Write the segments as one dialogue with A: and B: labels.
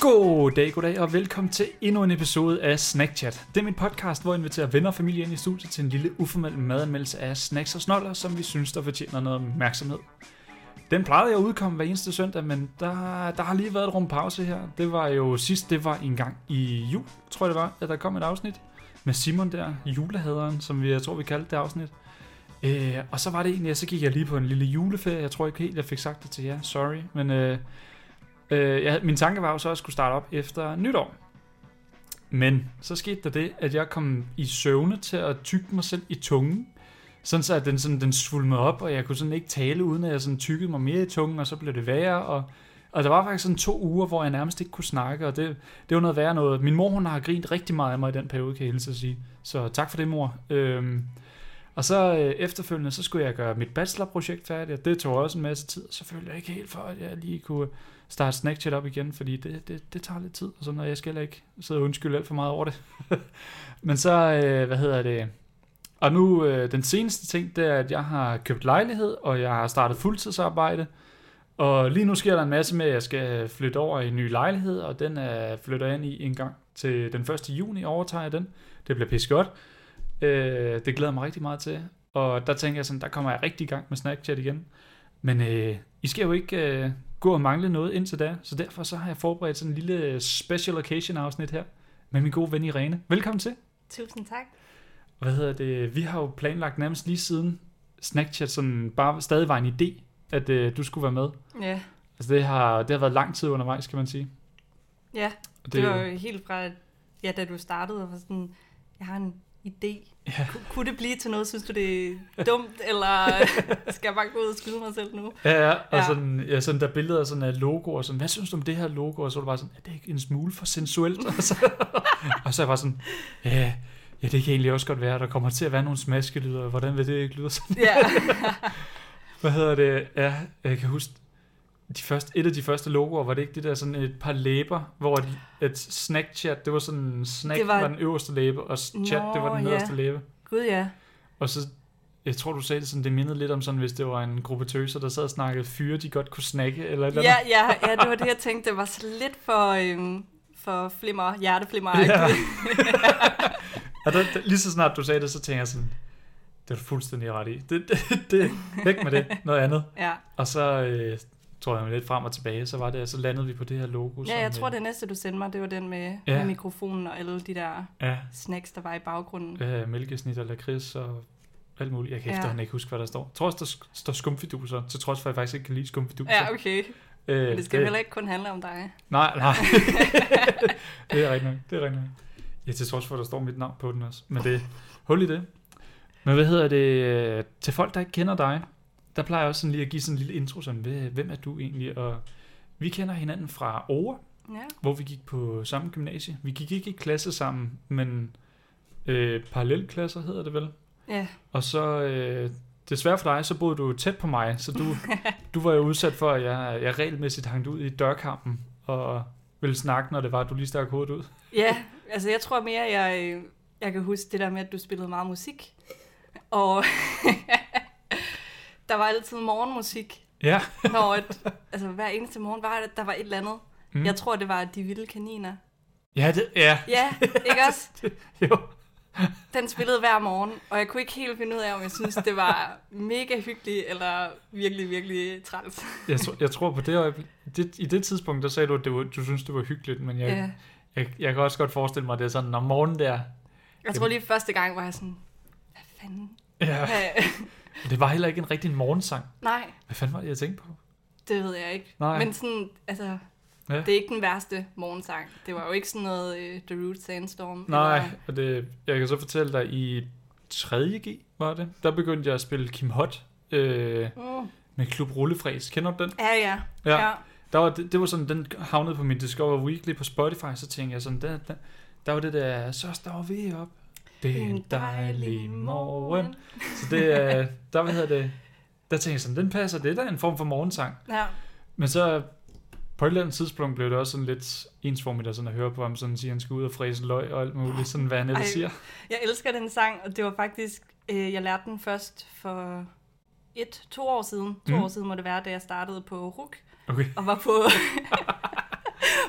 A: God dag, god dag og velkommen til endnu en episode af Snackchat. Det er min podcast, hvor jeg inviterer venner og familie ind i studiet til en lille uformel madanmeldelse af snacks og snoller, som vi synes, der fortjener noget opmærksomhed. Den plejede jeg at udkomme hver eneste søndag, men der, der har lige været et rum pause her. Det var jo sidst, det var en gang i jul, tror jeg det var, at der kom et afsnit med Simon der, julehaderen, som vi, jeg tror, vi kaldte det afsnit. Øh, og så var det egentlig, at så gik jeg lige på en lille juleferie. Jeg tror ikke helt, jeg fik sagt det til jer. Sorry. Men øh, øh, jeg, min tanke var jo så, at jeg skulle starte op efter nytår. Men så skete der det, at jeg kom i søvne til at tygge mig selv i tungen. Sådan så, at den, sådan, den svulmede op, og jeg kunne sådan ikke tale, uden at jeg sådan tykkede mig mere i tungen, og så blev det værre. Og, og der var faktisk sådan to uger, hvor jeg nærmest ikke kunne snakke, og det, det var noget værre noget. Min mor, hun har grint rigtig meget af mig i den periode, kan jeg hilse at sige. Så tak for det, mor. Øhm, og så øh, efterfølgende, så skulle jeg gøre mit bachelorprojekt færdigt, og det tog også en masse tid, og så følte jeg ikke helt for, at jeg lige kunne starte Snackchat op igen, fordi det, det, det tager lidt tid, og sådan, og jeg skal heller ikke sidde og undskylde alt for meget over det. Men så, øh, hvad hedder det, og nu øh, den seneste ting, det er, at jeg har købt lejlighed, og jeg har startet fuldtidsarbejde, og lige nu sker der en masse med, at jeg skal flytte over i en ny lejlighed, og den er, flytter jeg ind i en gang til den 1. juni, overtager jeg den. Det bliver pisse godt. Øh, det glæder jeg mig rigtig meget til. Og der tænker jeg sådan, der kommer jeg rigtig i gang med Snapchat igen. Men øh, I skal jo ikke øh, gå og mangle noget indtil da, så derfor så har jeg forberedt sådan en lille øh, special occasion afsnit her med min gode ven Irene. Velkommen til.
B: Tusind tak.
A: Hvad hedder det? Vi har jo planlagt nærmest lige siden Snapchat sådan bare stadig var en idé, at øh, du skulle være med.
B: Ja,
A: Altså det har, det har været lang tid undervejs, kan man sige.
B: ja.
A: Og
B: Det, det var jo helt fra, at- ja, da du startede, og var sådan, jeg har en idé.
A: Ja.
B: Ku- Kunne det blive til noget? Synes du, det er dumt, eller skal jeg bare gå ud og skyde mig selv nu?
A: Ja, ja, og ja.
B: Ja.
A: sådan, ja, sådan der er billeder sådan af logoer, sådan, hvad synes du om det her logo? Og så var det bare sådan, er det ikke en smule for sensuelt? og så, og så er jeg bare sådan, ja, ja, det kan egentlig også godt være, der kommer til at være nogle smaskelyder, og hvordan vil det ikke lyde? Sådan,
B: Ja,
A: hvad hedder det? Ja, jeg kan huske, de første, et af de første logoer, var det ikke det der sådan et par læber, hvor et, et snackchat, det var sådan, snack
B: Det
A: var...
B: var-
A: var den øverste læbe, og s- chat, det var den
B: Nå, ja.
A: nederste læbe.
B: gud ja.
A: Og så, jeg tror du sagde det sådan, det mindede lidt om sådan, hvis det var en gruppe tøser, der sad og snakkede fyre, de godt kunne snakke, eller et eller
B: Ja, ja, ja, det var det, jeg tænkte. Det var så lidt for, øhm, for flimmer, hjerteflimmer.
A: Ja.
B: Ja.
A: Og der, der, lige så snart du sagde det, så tænker jeg sådan, det er du fuldstændig ret i. Det, det, det, væk med det, noget andet.
B: ja.
A: Og så øh, tror jeg mig lidt frem og tilbage, så var det, og så landede vi på det her logo.
B: ja, jeg
A: som,
B: tror,
A: øh,
B: det næste, du sendte mig, det var den med,
A: Ja.
B: med mikrofonen og alle de der
A: Ja,
B: snacks, der var i baggrunden.
A: øh, mælkesnit og lakrids og alt muligt. Jeg kan
B: Ja.
A: efterhånden ikke huske, hvad der står. Jeg tror også, der sk- står skumfiduser, til trods for, at jeg faktisk ikke kan lide skumfiduser.
B: Ja, okay.
A: øh,
B: Men det skal heller ikke kun handle om dig.
A: Nej, nej. det er rigtigt nok. Det er rigtigt nok. Ja, til trods for, at der står mit navn på den også. Men det hul i det. Men hvad hedder det? øh, Til folk, der ikke kender dig, der plejer jeg også sådan lige at give sådan en lille intro, sådan, "Hvem- hvem er du egentlig? Og vi kender hinanden fra Ore,
B: Ja.
A: hvor vi gik på samme gymnasie. Vi gik ikke i klasse sammen, men øh, parallelklasser hedder det vel.
B: Ja.
A: Og så, øh, desværre for dig, så boede du tæt på mig, så du, du var jo udsat for, at jeg, jeg regelmæssigt hang ud i dørkampen og ville snakke, når det var, at du lige stak hovedet ud.
B: Ja, altså jeg tror mere, jeg, øh, jeg kan huske det der med, at du spillede meget musik. Og der var altid morgenmusik,
A: Ja.
B: når et, altså hver eneste morgen var det, der var et eller andet.
A: Mm.
B: Mm. Jeg tror, det var de vilde kaniner.
A: Ja, det, ja.
B: Ja, ikke også?
A: Jo.
B: Den spillede hver morgen, og jeg kunne ikke helt finde ud af, om jeg synes det var mega hyggeligt, eller virkelig, virkelig træls.
A: Jeg, tror- jeg tror på det øjeblik. Det, I det tidspunkt, der sagde du, at det var, du synes det var hyggeligt, men jeg,
B: Ja.
A: jeg, jeg kan også godt forestille mig, at det er sådan, om morgenen der...
B: Jeg tror lige første gang, var jeg sådan, hvad fanden?
A: Ja.
B: Hvad?
A: Det var heller ikke en rigtig morgensang.
B: Nej,
A: Hvad fanden var det, jeg tænkte på?
B: Det ved jeg ikke.
A: Nej.
B: Men sådan, altså,
A: Ja.
B: ja. det er ikke den værste morgensang. Det var jo ikke sådan noget øh, The Root Sandstorm.
A: Nej,
B: Eller,
A: og det, jeg kan så fortælle dig, i 3.G var det, der begyndte jeg at spille Kim Hot øh,
B: mm,
A: med Klub Rullefræs. Kender du den?
B: ja, ja,
A: Ja.
B: ja.
A: Der var, det, det var sådan, den havnede på min Discover Weekly på Spotify, så tænkte jeg sådan, der, der, der var det der, så står vi op. Det er en dejlig morgen. Så det er, der, hvad hedder det, der tænkte jeg sådan, den passer, det er da en form for morgensang.
B: Ja,
A: Men så på et eller andet tidspunkt blev det også sådan lidt ensformigt at, sådan at høre på ham, sådan siger, at han skal ud og fræse løg og alt muligt, sådan hvad han ellers
B: Ej.
A: siger.
B: jeg elsker den sang, og det var faktisk, øh, jeg lærte den først for et, to år siden. To
A: Mm.
B: mm. år siden må det være, da jeg startede på RUK,
A: Okay.
B: og var på,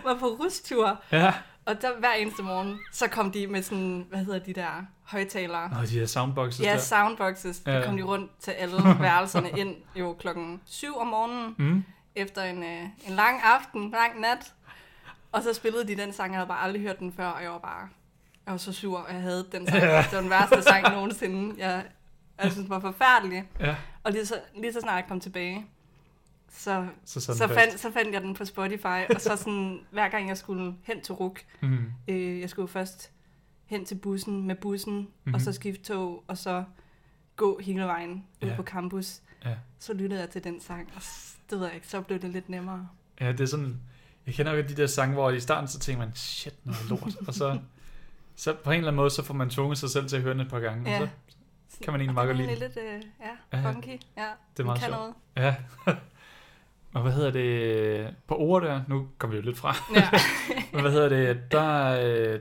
B: var på rustur,
A: Ja.
B: og der hver eneste morgen, så kom de med sådan, hvad hedder de der højtalere?
A: Og de her soundboxes
B: Ja,
A: der.
B: soundboxes.
A: Ja.
B: Der kom de rundt til alle værelserne ind jo klokken 7 om morgenen,
A: Mm.
B: efter en, øh, en lang aften, lang nat. Og så spillede de den sang, jeg havde bare aldrig hørt den før, og jeg var bare jeg var så sur, og jeg havde den sang.
A: Ja.
B: Det var den værste sang nogensinde. Jeg, jeg synes, den var forfærdelig.
A: Ja,
B: Og lige så, lige så snart jeg kom tilbage, så,
A: så sådan
B: så, fandt, så fandt jeg den på Spotify. Og så sådan, hver gang jeg skulle hen til RUK,
A: Mm.
B: øh, jeg skulle først hen til bussen med bussen, mm-hmm.
A: Mhm.
B: og så skifte tog, og så gå hele vejen ud
A: Ja.
B: på campus.
A: Ja.
B: Så lyttede jeg til den sang, og s- det ved jeg ikke, så blev det lidt nemmere.
A: Ja, det er sådan... Jeg kender jo de der sange, hvor i starten så tænker man, shit, noget lort. og så, så på en eller anden måde, så får man tvunget sig selv til at høre den et par gange.
B: Ja.
A: Og så, Kan man egentlig
B: Og
A: meget
B: den
A: godt
B: er
A: lide
B: lidt, øh, ja,
A: Ja, ja.
B: funky. Ja,
A: det er meget
B: kan
A: sjovt.
B: noget.
A: Ja. og hvad hedder det... På ord der, nu kommer vi jo lidt fra.
B: Ja.
A: Men hvad hedder det? Der... Øh,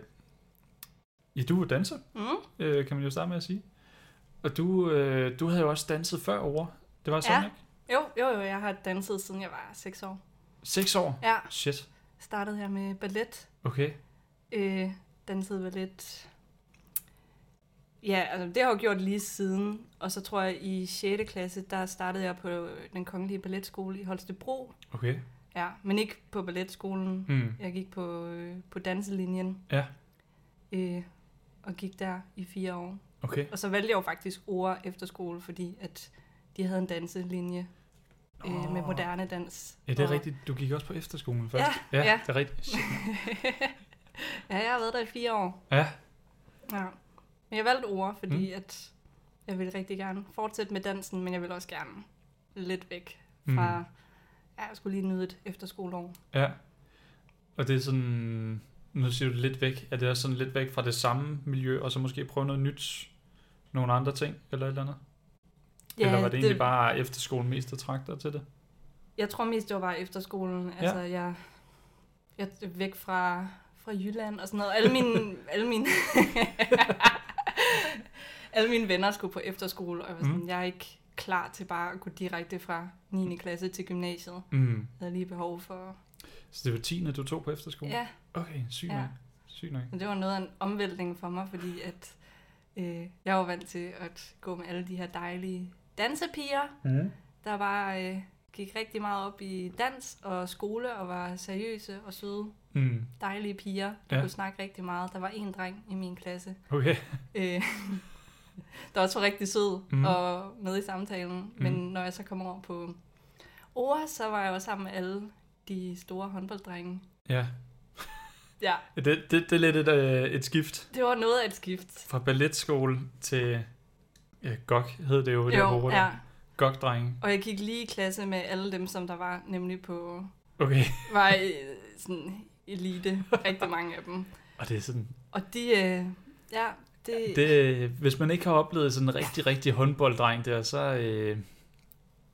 A: ja, du er jo danser,
B: Mm,
A: øh, kan man jo starte med at sige. Og du, øh, du havde jo også danset før over. Det var sådan,
B: Ja.
A: ikke?
B: jo, jo, jo, jeg har danset siden jeg var 6 år.
A: Seks år?
B: Ja,
A: Shit.
B: startede jeg med ballet,
A: Okay.
B: øh, dansede ballet. Ja, altså, det har jeg jo gjort lige siden, og så tror jeg i 6. klasse, der startede jeg på den kongelige balletskole i Holstebro.
A: Okay.
B: Ja, men ikke på balletskolen.
A: Mm.
B: Jeg gik på, øh, på danselinjen.
A: Ja.
B: Øh, og gik der i fire år.
A: Okay.
B: Og så valgte jeg jo faktisk ord efter skole, fordi at de havde en danselinje øh, med
A: Nå.
B: moderne dans.
A: Ja, det er
B: Og-
A: rigtigt. Du gik også på efterskolen først.
B: Ja, ja.
A: det er rigtigt. Shit.
B: ja, jeg har været der i fire år.
A: Ja.
B: Ja. Men jeg valgte ord, fordi mm. at jeg ville rigtig gerne fortsætte med dansen, men jeg ville også gerne lidt væk fra... Mm. Ja, jeg skulle lige nyde et efterskoleår.
A: Ja. Og det er sådan... Nu siger du lidt væk. Er det også sådan lidt væk fra det samme miljø, og så måske prøve noget nyt? Nogle andre ting, eller et eller andet? eller var det, egentlig bare efterskolen mest attrakter til det?
B: Jeg tror mest, det var bare efterskolen. Altså, jeg, jeg er væk fra, fra Jylland og sådan noget. Alle mine, alle mine, alle mine venner skulle på efterskole, og jeg var sådan,
A: Mm.
B: mm. jeg er ikke klar til bare at gå direkte fra 9. klasse til gymnasiet.
A: Mm.
B: Jeg havde lige behov for...
A: Så det var 10. du tog på efterskolen?
B: Ja,
A: Okay, syg
B: Ja.
A: nok. Syg nok.
B: men det var noget af en omvæltning for mig, fordi at, øh, jeg var vant til at gå med alle de her dejlige dansepiger,
A: Mm.
B: der bare øh, gik rigtig meget op i dans og skole og var seriøse og søde.
A: Mm.
B: dejlige piger, der
A: Ja.
B: ja. kunne snakke rigtig meget. Der var en dreng i min klasse,
A: Okay.
B: øh, der også var rigtig sød
A: Mhm.
B: mm. og med i samtalen. Mm. Men når jeg så kom over på OR, så var jeg jo sammen med alle de store håndbolddrenge.
A: Ja.
B: Ja,
A: Det, det, det er lidt et, øh, et skift
B: det var noget af et skift.
A: fra balletskole til ja, gok, hed det jo. der hoved der.
B: ja.
A: Gok-drenge.
B: Og jeg gik lige i klasse med alle dem, som der var nemlig på
A: Okay.
B: var øh, sådan elite, rigtig mange af dem.
A: Og det er sådan
B: Og de, øh, ja, det,
A: Det, hvis man ikke har oplevet sådan en rigtig, rigtig håndbolddreng der, så øh,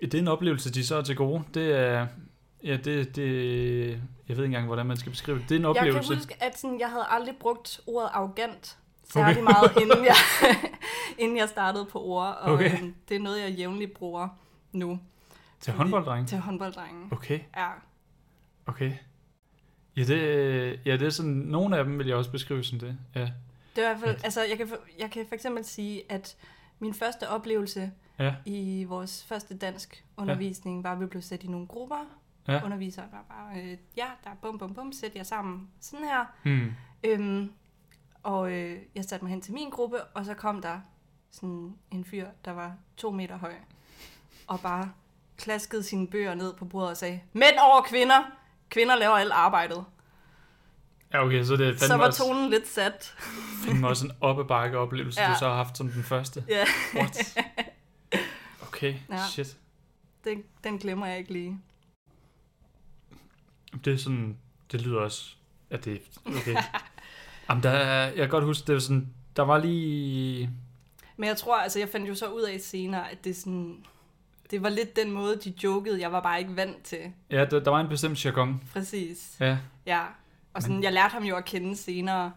A: det er en oplevelse, de så er til gode. Det er, ja, det, det, jeg ved ikke engang, hvordan man skal beskrive det. Det er en
B: Jeg
A: oplevelse.
B: kan huske, at sådan, jeg havde aldrig brugt ordet arrogant særlig okay. meget, inden jeg, inden jeg startede på ord. Og
A: Okay.
B: øhm, det er noget, jeg jævnligt bruger nu
A: til håndbolddreng.
B: til håndbolddrenge.
A: Okay,
B: Ja,
A: okay. Ja det, ja, det er sådan, nogle af dem vil jeg også beskrive som det. Ja,
B: det er i hvert fald, altså, jeg, kan, for- jeg kan for eksempel sige, at min første oplevelse
A: ja,
B: i vores første dansk undervisning var, at vi blev sat i nogle grupper.
A: Ja.
B: Underviseren var bare, øh, ja, der er bum, bum, bum, sæt jer sammen sådan her.
A: hmm.
B: Øhm, og øh, jeg satte mig hen til min gruppe, og så kom der sådan en fyr, der var to meter høj, og bare klaskede sine bøger ned på bordet og sagde, mænd over kvinder, kvinder laver alt arbejdet.
A: ja okay, så det er fandme
B: så var
A: også,
B: tonen lidt sat.
A: fandme også en op ad bakke oplevelse, ja.
B: Ja.
A: du så har haft som den første.
B: Ja,
A: What? Okay,
B: Ja.
A: shit.
B: den, den glemmer jeg ikke lige.
A: Det er sådan, det lyder også, at det okay. Jamen, der, er- jeg kan godt huske, det var sådan, der var lige...
B: Men jeg tror, altså jeg fandt jo så ud af senere, at det sådan... Det var lidt den måde, de jokede, jeg var bare ikke vant til.
A: Ja, der, der var en bestemt jargon.
B: Præcis.
A: Ja,
B: Ja, og sådan, jeg lærte ham jo at kende senere,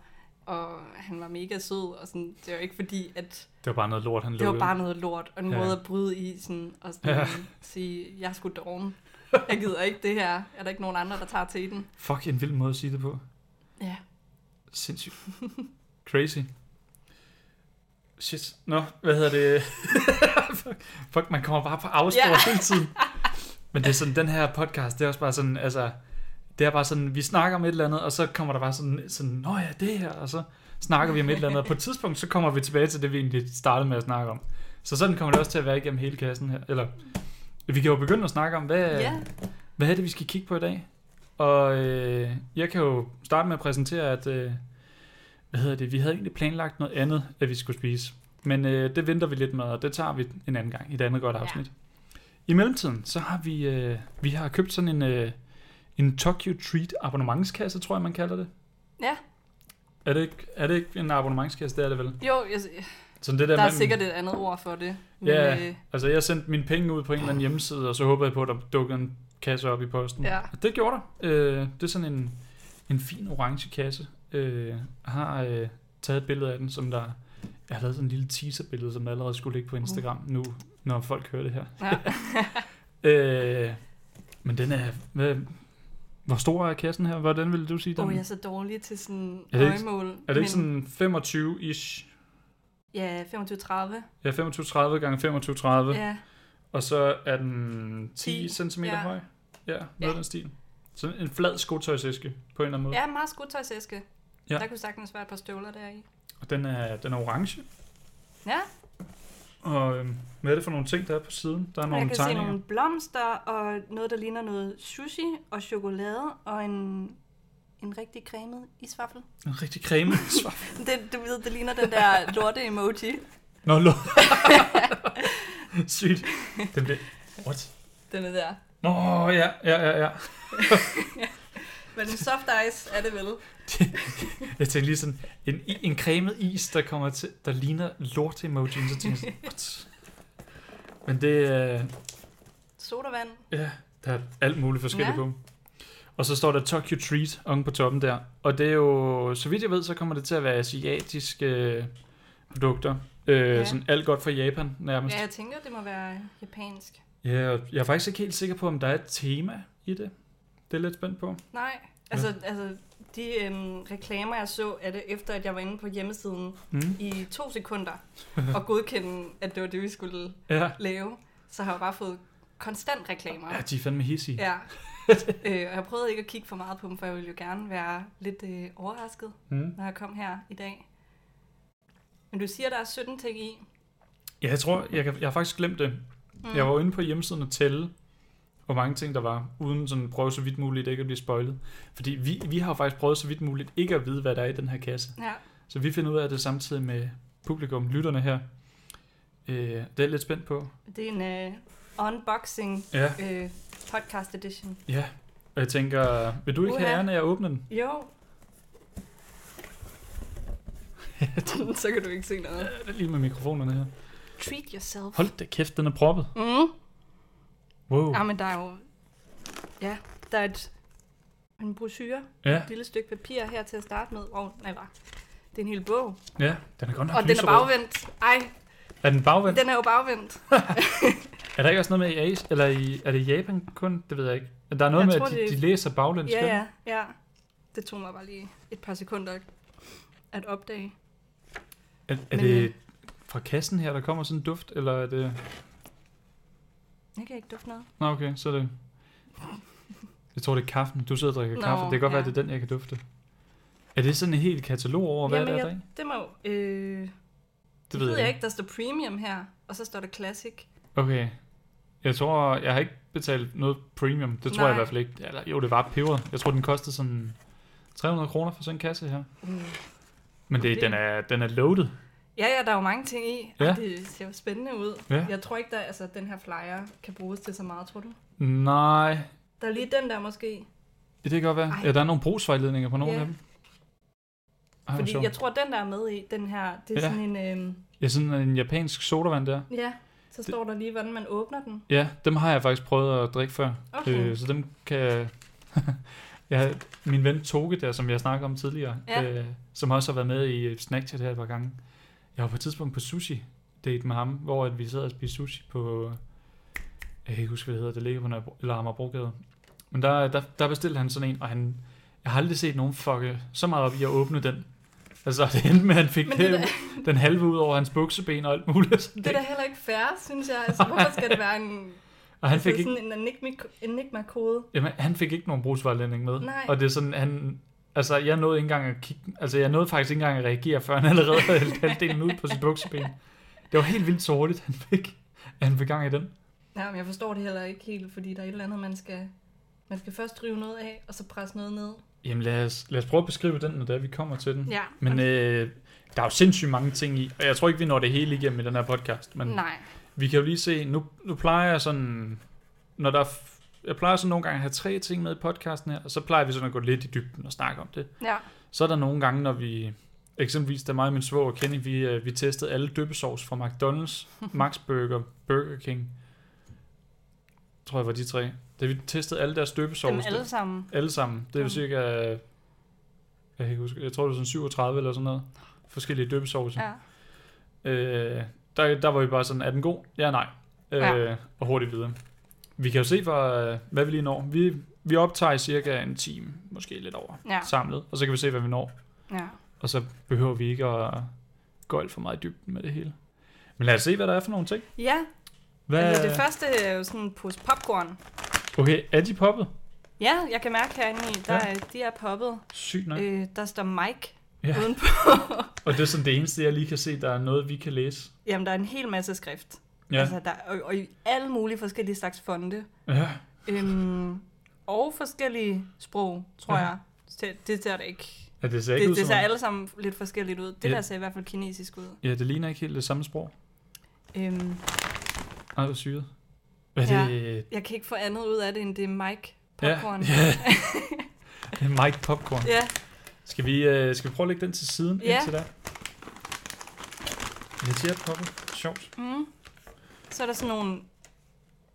B: og han var mega sød, og sådan, det var jo ikke fordi, at
A: det var bare noget lort, han
B: Det
A: lukkede.
B: var bare noget lort, og en
A: Ja.
B: ja. måde at bryde isen og sådan
A: Ja.
B: ja. sige, jeg skulle doven. Jeg gider ikke det her. Er der ikke nogen andre, der tager til den?
A: Fuck, en vild måde at sige det på.
B: Ja.
A: Sindssygt. Crazy. Shit. Nå, hvad hedder det? fuck, fuck, man kommer bare på afspor
B: Ja.
A: yeah. hele tiden. Men det er sådan, den her podcast, det er også bare sådan, altså, det er bare sådan, vi snakker om et eller andet, og så kommer der bare sådan, sådan nå ja, det her, og så snakker vi om et eller andet, og på et tidspunkt, så kommer vi tilbage til det, vi egentlig startede med at snakke om. Så sådan kommer det også til at være igennem hele kassen her. Eller, vi kan jo begynde at snakke om, hvad,
B: Ja.
A: hvad er det, vi skal kigge på i dag? Og øh, jeg kan jo starte med at præsentere, at øh, hvad hedder det? vi havde egentlig planlagt noget andet, at vi skulle spise. Men øh, det venter vi lidt med, og det tager vi en anden gang i et andet godt
B: Ja.
A: afsnit. I mellemtiden, så har vi, øh, vi har købt sådan en, øh, en Tokyo Treat abonnementskasse, tror jeg, man kalder det.
B: Ja.
A: Er det ikke, er det ikke en abonnementskasse? Det er det vel.
B: Jo, jeg,
A: Sådan det
B: der er
A: med-
B: sikkert et andet ord for det. Men,
A: Ja.
B: øh,
A: Altså, jeg sendte mine penge ud på en eller anden hjemmeside, og så håbede jeg på, at der dukkede en kasse op i posten.
B: Ja.
A: Og det gjorde der. Øh, det er sådan en, en fin orange kasse. Øh, har øh, taget et billede af den, som der... Jeg har lavet sådan en lille teaserbillede, som der allerede skulle ligge på
B: Mm.
A: Instagram nu, når folk hører det her.
B: ja.
A: Øh, men den er... Hvad, hvor stor er kassen her? Hvordan ville du sige den?
B: Oh, jeg er så dårlig til sådan
A: Er det ikke-
B: øjemål.
A: Er det ikke
B: men-
A: sådan 25-ish?
B: Ja, 25-30.
A: Ja, 25-30 gange 25-30.
B: Ja.
A: Og så er den 10,
B: 10,
A: 10 cm
B: ja.
A: ja. høj. Ja, noget ja.
B: Ja.
A: af den stil. Sådan en flad skotøjsæske på en eller anden måde. Ja.
B: ja, meget skudtøjsæske.
A: Ja.
B: Ja. Der kunne sagtens være et par støvler deri.
A: Og den er, den er orange.
B: Ja,
A: Og øhm, hvad er det for nogle ting, der er på siden? Der er
B: og jeg
A: nogle
B: kan se
A: tegninger.
B: nogle blomster og noget, der ligner noget sushi og chokolade og en, en rigtig cremet isvaffel.
A: En rigtig creme.
B: Det, du ved, det ligner den der lorte emoji.
A: Nå, lå. Sygt. Den blev... What?
B: Den er der.
A: Nå, ja, ja, ja, ja.
B: Men en soft ice er det vel?
A: Jeg tænkte lige sådan, en, i- en cremet is, der kommer til, der ligner lort-emojien, så tænkte jeg sådan, what? Men det, øh,
B: Sodavand.
A: Ja, der er alt muligt forskelligt ja.
B: Ja.
A: på. Og så står der Tokyo Treat oven på toppen der. Og det er jo, så vidt jeg ved, så kommer det til at være asiatiske øh, produkter. Øh, ja.
B: Ja.
A: Sådan alt godt fra Japan nærmest.
B: Ja, jeg tænker, det må være japansk.
A: Ja. ja, og jeg er faktisk ikke helt sikker på, om der er et tema i det. Det er jeg lidt spændt på.
B: Nej, altså, ja. altså de øhm, reklamer, jeg så af det, efter at jeg var inde på hjemmesiden
A: Mm.
B: i to sekunder, og godkende, at det var det, vi skulle
A: Ja.
B: lave, så har jeg bare fået konstant reklamer.
A: ja, de er fandme hissige. Ja.
B: Ja. øh, og jeg prøvede ikke at kigge for meget på dem, for jeg ville jo gerne være lidt øh, overrasket,
A: Mm.
B: når jeg kom her i dag. Men du siger, der er 17 ting i.
A: ja, jeg tror, jeg, kan, jeg har faktisk glemt det. Mm. Jeg var jo inde på hjemmesiden og tælle, hvor mange ting der var, uden sådan at prøve så vidt muligt ikke at blive spoilet. Fordi vi, vi har jo faktisk prøvet så vidt muligt ikke at vide, hvad der er i den her kasse.
B: Ja,
A: Så vi finder ud af det samtidig med publikum, lytterne her. Øh, det er jeg lidt spændt på.
B: det er en øh, unboxing
A: Ja.
B: øh, podcast edition.
A: Ja. Og jeg tænker, vil du ikke have
B: Uha.
A: æren, at jeg åbner den?
B: Jo. så kan du ikke se noget.
A: Ja, det er lige med mikrofonerne her.
B: Treat yourself.
A: Hold da kæft, den er proppet.
B: Mm.
A: Wow.
B: Ja, men der er jo... Ja, der er et, en brochure,
A: Ja,
B: et lille stykke papir her til at starte med. Wow, nej, var. Det er en hel bog.
A: ja. Den er godt nok
B: Og den er
A: lyserød.
B: bagvendt. Ej,
A: Er den bagvendt?
B: den er jo bagvendt.
A: Er der ikke også noget med i Asia, eller i, er det i Japan kun? Det ved jeg ikke. Der er noget
B: Jeg
A: med,
B: tror,
A: at de,
B: det er-
A: de læser baglæns.
B: Ja,
A: ikke?
B: ja, ja. Det tog mig bare lige et par sekunder at opdage.
A: Er, er
B: Men,
A: det fra kassen her, der kommer sådan en duft, eller er det...
B: Jeg kan ikke dufte noget.
A: Nå, okay, så er det... Jeg tror, det er kaffen. Du sidder og drikker
B: Nå,
A: kaffe. Det kan godt ja. være,
B: ja.
A: det er den, jeg kan dufte. Er det sådan en helt katalog over, hvad
B: Jamen,
A: det er,
B: jeg-
A: der er i?
B: Det må jo, øh,
A: Det ved jeg ikke.
B: ikke. Der står premium her, og så står der classic.
A: Okay. Jeg tror, jeg har ikke betalt noget premium. Det tror Nej. jeg i
B: Nej.
A: hvert fald ikke. Eller, jo, det var peber. Jeg tror, den kostede sådan 300 kroner for sådan en kasse her.
B: Mm.
A: Men det,
B: Det-
A: den, er, den er loaded.
B: Ja, ja, der er jo mange ting i.
A: Ja.
B: Ja. Det ser jo spændende ud.
A: Ja.
B: Jeg tror ikke, der, altså, den her flyer kan bruges til så meget, tror du?
A: Nej,
B: Der er lige den der måske.
A: det kan godt være.
B: Ej.
A: Ja, der er nogle brugsvejledninger på nogle
B: Ja.
A: af dem. Ej,
B: Fordi
A: Fordi
B: jeg tror, den der er med i, den her, det er
A: Ja.
B: ja. sådan en... Øhm,
A: Ja, sådan en japansk sodavand der.
B: ja, så står der lige, hvordan man åbner den.
A: Ja, dem har jeg faktisk prøvet at drikke før.
B: Okay.
A: Øh, så dem kan jeg... jeg... Min ven Toge der, som jeg snakkede om tidligere,
B: Ja.
A: øh, som også har været med i øh, Snackchat her et par gange. Jeg var på et tidspunkt på sushi date med ham, hvor at vi sad og spiste sushi på jeg kan ikke huske, hvad det hedder, det ligger på Nørrebro, eller Amagerbrogade. Men der, der, der bestilte han sådan en, og han, jeg har aldrig set nogen fucke så meget op i at åbne den. Altså, det endte med, at han fik
B: Men
A: det,
B: det er da-
A: den halve ud over hans bukseben og alt muligt. Så
B: Det er da heller ikke fair, synes jeg. Altså, hvorfor skal det være en, altså,
A: og han fik, ikke,
B: sådan en enigma- enigma-kode?
A: jamen, han fik ikke nogen brugsvejledning med.
B: Nej.
A: Og det er sådan, han, altså, jeg nåede ikke engang at kigge, altså, jeg nåede faktisk ikke engang at reagere, før han allerede havde hældt halvdelen ud på sit bukseben. Det var helt vildt så hurtigt, han fik, at han fik gang i den.
B: Nej, men jeg forstår det heller ikke helt, fordi der er et eller andet, man skal... Man skal først drive noget af, og så presse noget ned.
A: Jamen lad os, lad os prøve at beskrive den, når det er, vi kommer til den.
B: Mm. Ja.
A: Men øh, der er jo sindssygt mange ting i, og jeg tror ikke, vi når det hele igennem i den her podcast. Men
B: Nej.
A: vi kan jo lige se, nu, nu plejer jeg sådan, når der er f- jeg plejer sådan nogle gange at have tre ting med i podcasten her, og så plejer vi sådan at gå lidt i dybden og snakke om det.
B: Ja.
A: Så er der nogle gange, når vi, eksempelvis da mig og min svoger Kenny, vi, øh, vi testede alle døbesovs fra McDonald's, Max Burger, Burger King, tror jeg var de tre. Da vi testede alle deres døbesovs.
B: Dem
A: der-
B: alle sammen.
A: alle sammen. Det er jo
B: Mm.
A: cirka, jeg kan ikke huske, jeg tror det var sådan 37 eller sådan noget. Forskellige døbesovse.
B: Ja.
A: Ja. Øh, der, der var vi bare sådan, er den god? Ja, nej. Øh,
B: Ja.
A: Og hurtigt videre. Vi kan jo se, hvor, hvad vi lige når. Vi, vi optager i cirka en time, måske lidt over,
B: Ja.
A: samlet. Og så kan vi se, hvad vi når.
B: ja.
A: Og så behøver vi ikke at gå alt for meget i dybden med det hele. Men lad os se, hvad der er for nogle ting.
B: Ja,
A: Hvad,
B: altså det første er jo sådan en pose popcorn.
A: okay, er de poppet?
B: Ja, jeg kan mærke herinde i, der
A: Ja.
B: ja. de er poppet.
A: Sygt nok. Øh,
B: Øh, der står Mike
A: Ja.
B: ja. udenpå.
A: og det er sådan det eneste, jeg lige kan se, der er noget, vi kan læse.
B: Jamen, der er en hel masse skrift.
A: Ja.
B: Altså, der, og, og i alle mulige forskellige slags fonde.
A: ja.
B: Øhm, og forskellige sprog, tror
A: Ja.
B: ja. jeg. Det, det ser da ikke...
A: Ja, det ser ikke
B: Det,
A: ud
B: det
A: som
B: ser
A: om-
B: alle sammen lidt forskelligt ud. Det
A: Ja.
B: ja. der ser i hvert fald kinesisk ud.
A: Ja, det ligner ikke helt det samme sprog.
B: Øhm,
A: Nej, det var syret. Hvad er
B: Ja.
A: det?
B: jeg kan ikke få andet ud af det, end det er Mike
A: Ja,
B: popcorn.
A: ja. Det er Mike Popcorn.
B: ja.
A: Skal vi, øh, skal vi prøve at lægge den til siden
B: Ja.
A: indtil der? Irriteret poppet. Sjovt.
B: Mm. Så er der sådan nogle...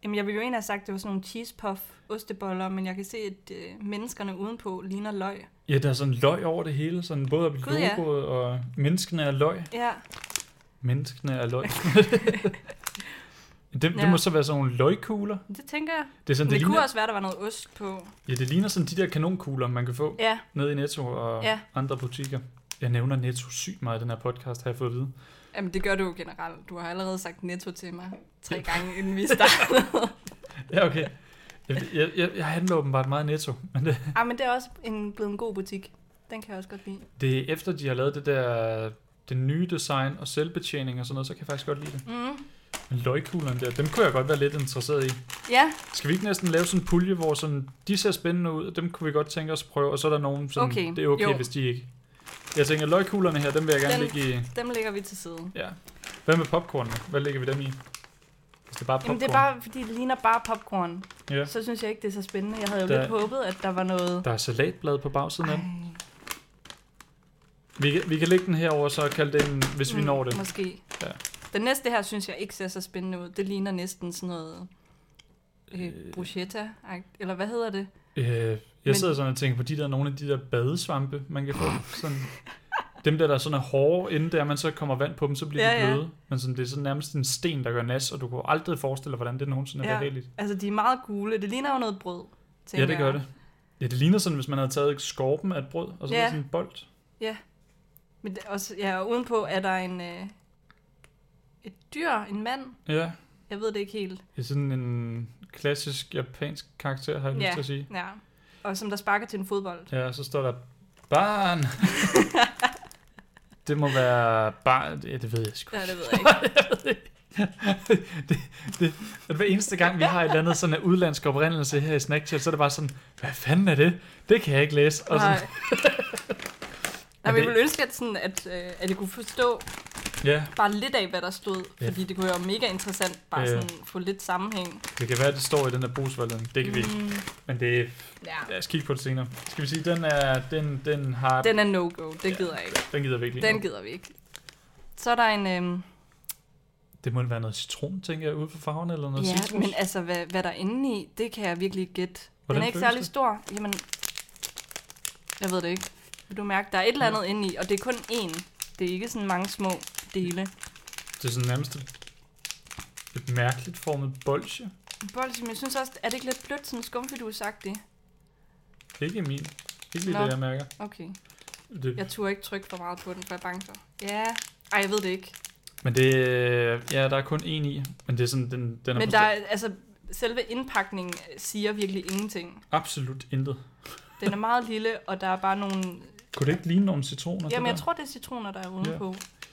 B: Jamen, jeg ville jo egentlig have sagt, at det var sådan nogle cheese puff osteboller, men jeg kan se, at øh, menneskerne udenpå ligner løg.
A: Ja, der er sådan løg over det hele. Sådan både op i
B: Gud, ja.
A: logoet og menneskene er løg.
B: Ja,
A: Menneskene er løg. det, det
B: Ja.
A: må så være sådan nogle løgkugler.
B: det tænker jeg.
A: Det, er sådan,
B: Men
A: det,
B: det,
A: ligner,
B: kunne også være, at der var noget ost på.
A: ja, det ligner sådan de der kanonkugler, man kan få
B: Ja,
A: nede i Netto og
B: Ja.
A: andre butikker. Jeg nævner Netto sygt meget i den her podcast, har jeg fået at vide.
B: jamen det gør du jo generelt. Du har allerede sagt netto til mig tre gange, inden vi startede.
A: Ja, okay. Jeg, jeg, jeg, jeg handler åbenbart meget netto, men det,
B: ah, men det er også en, blevet en god butik. Den kan jeg også godt lide.
A: det er efter, de har lavet det der det nye design og selvbetjening og sådan noget, så kan jeg faktisk godt lide det.
B: Mm.
A: Men løgkuglerne der, dem kunne jeg godt være lidt interesseret i.
B: Ja,
A: Skal vi ikke næsten lave sådan en pulje, hvor sådan, de ser spændende ud, og dem kunne vi godt tænke os at prøve, og så er der nogen, som
B: Okay,
A: det er okay,
B: jo.
A: hvis de ikke... Jeg tænker, løgkuglerne her, dem vil jeg gerne
B: Den-
A: lægge i...
B: dem lægger vi til side.
A: Ja. Hvad med popcornene? Hvad lægger vi dem i? Hvis det er bare popcorn.
B: Jamen det er bare, fordi det ligner bare popcorn.
A: Ja.
B: Så synes jeg ikke, det er så spændende. Jeg havde jo
A: Der-
B: lidt håbet, at der var noget...
A: Der er salatblad på bagsiden af den.
B: Ej.
A: Vi kan, vi kan lægge den herover så og kalde den, hvis mm, vi når det.
B: Måske.
A: Ja.
B: Ja. Den næste her, synes jeg ikke ser så spændende ud. Det ligner næsten sådan noget øh, bruschetta Eller hvad hedder det?
A: Øh, jeg Men...
B: Men-
A: sidder sådan og tænker på de der, nogle af de der badesvampe, man kan få. Sådan, dem der, der sådan er hårde, inden der man så kommer vand på dem, så bliver ja,
B: Ja,
A: de
B: ja.
A: bløde. Men sådan, det er sådan nærmest en sten, der gør nas, og du kunne aldrig forestille dig, hvordan det nogensinde er
B: Ja.
A: behageligt.
B: Altså, de er meget gule. Det ligner jo noget brød,
A: Ja, det
B: jeg.
A: gør det. Ja, det ligner sådan, hvis man havde taget skorpen af et brød, og så
B: Ja.
A: ja. sådan en bold.
B: Men det, også, ja, og udenpå er der en, øh, et dyr, en mand.
A: Ja,
B: Jeg ved det ikke helt.
A: det er sådan en klassisk japansk karakter, har jeg ja. lyst
B: Ja.
A: til at sige.
B: Ja. Og som der sparker til en fodbold.
A: Ja, og så står der, barn! det må være barn, ja, det ved jeg sgu
B: Ja, det ved jeg ikke.
A: det, det, at hver eneste gang, vi har et eller andet sådan af udlandsk oprindelse her i Snapchat, så er det bare sådan, hvad fanden er det? Det kan jeg ikke læse. Og
B: Nej.
A: sådan,
B: Nej,
A: Men
B: Altså-
A: det-
B: men jeg ville ønske, at, sådan, at, øh, at jeg kunne forstå
A: ja,
B: bare lidt af, hvad der stod.
A: Ja.
B: Fordi det kunne jo være mega interessant bare
A: Ja.
B: sådan få lidt sammenhæng.
A: det kan være, at det står i den der brugsvalgledning. Det kan vi ikke.
B: Mm,
A: Men det,
B: ja.
A: lad os kigge på det senere. Skal vi sige, den, er, den, den har... Den,
B: Den er no-go. Det
A: Ja.
B: gider jeg ikke.
A: den gider vi ikke lige
B: Den
A: nu.
B: gider vi ikke. Så er der en... Øhm,
A: Det må være noget citron, tænker jeg, ude for farven eller noget
B: ja,
A: citrus.
B: men altså, hvad, hvad der er inde i, det kan jeg virkelig ikke gætte. Den
A: Hvordan
B: er ikke
A: føles
B: særlig
A: det?
B: stor. Jamen, jeg ved det ikke. Vil du mærke, der er et eller andet inde i, og det er kun én. Det er ikke sådan mange små dele.
A: Det er sådan nærmest et, et mærkeligt formet bolsje.
B: Bolsi, men jeg synes også, er det ikke lidt blødt, sådan skumfidusagtigt?
A: Ikke i min. Ikke lige
B: Nå.
A: det, jeg mærker.
B: Okay.
A: Det.
B: Jeg turde ikke trykke for meget på den, for jeg er bange for. Ja, ej, jeg ved det ikke.
A: Men det, øh, ja, der er kun en i, men det er sådan, den, den er
B: Men
A: men
B: der er, altså, selve indpakningen siger virkelig ingenting.
A: absolut intet.
B: Den er meget lille, og der er bare nogle...
A: Kunne det ikke ligne nogle citroner?
B: Jamen, jeg
A: det der?
B: tror, det er citroner, der er udenpå.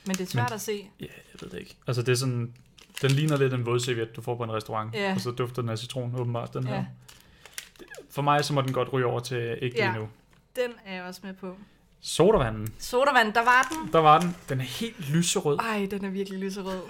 B: Men det er
A: Men-
B: svært at se.
A: Ja, jeg ved det ikke. Altså, det er sådan, den ligner lidt en vådserviet, du får på en restaurant,
B: Ja.
A: og så dufter den af citron åbenbart, den
B: Ja.
A: her. For mig, så må den godt ryge over til ikke lige
B: Ja.
A: nu.
B: Den er jeg også med på.
A: Sodavanden,
B: Sodavand, der var den.
A: der var den. Den er helt lyserød.
B: Ej, den er virkelig lyserød.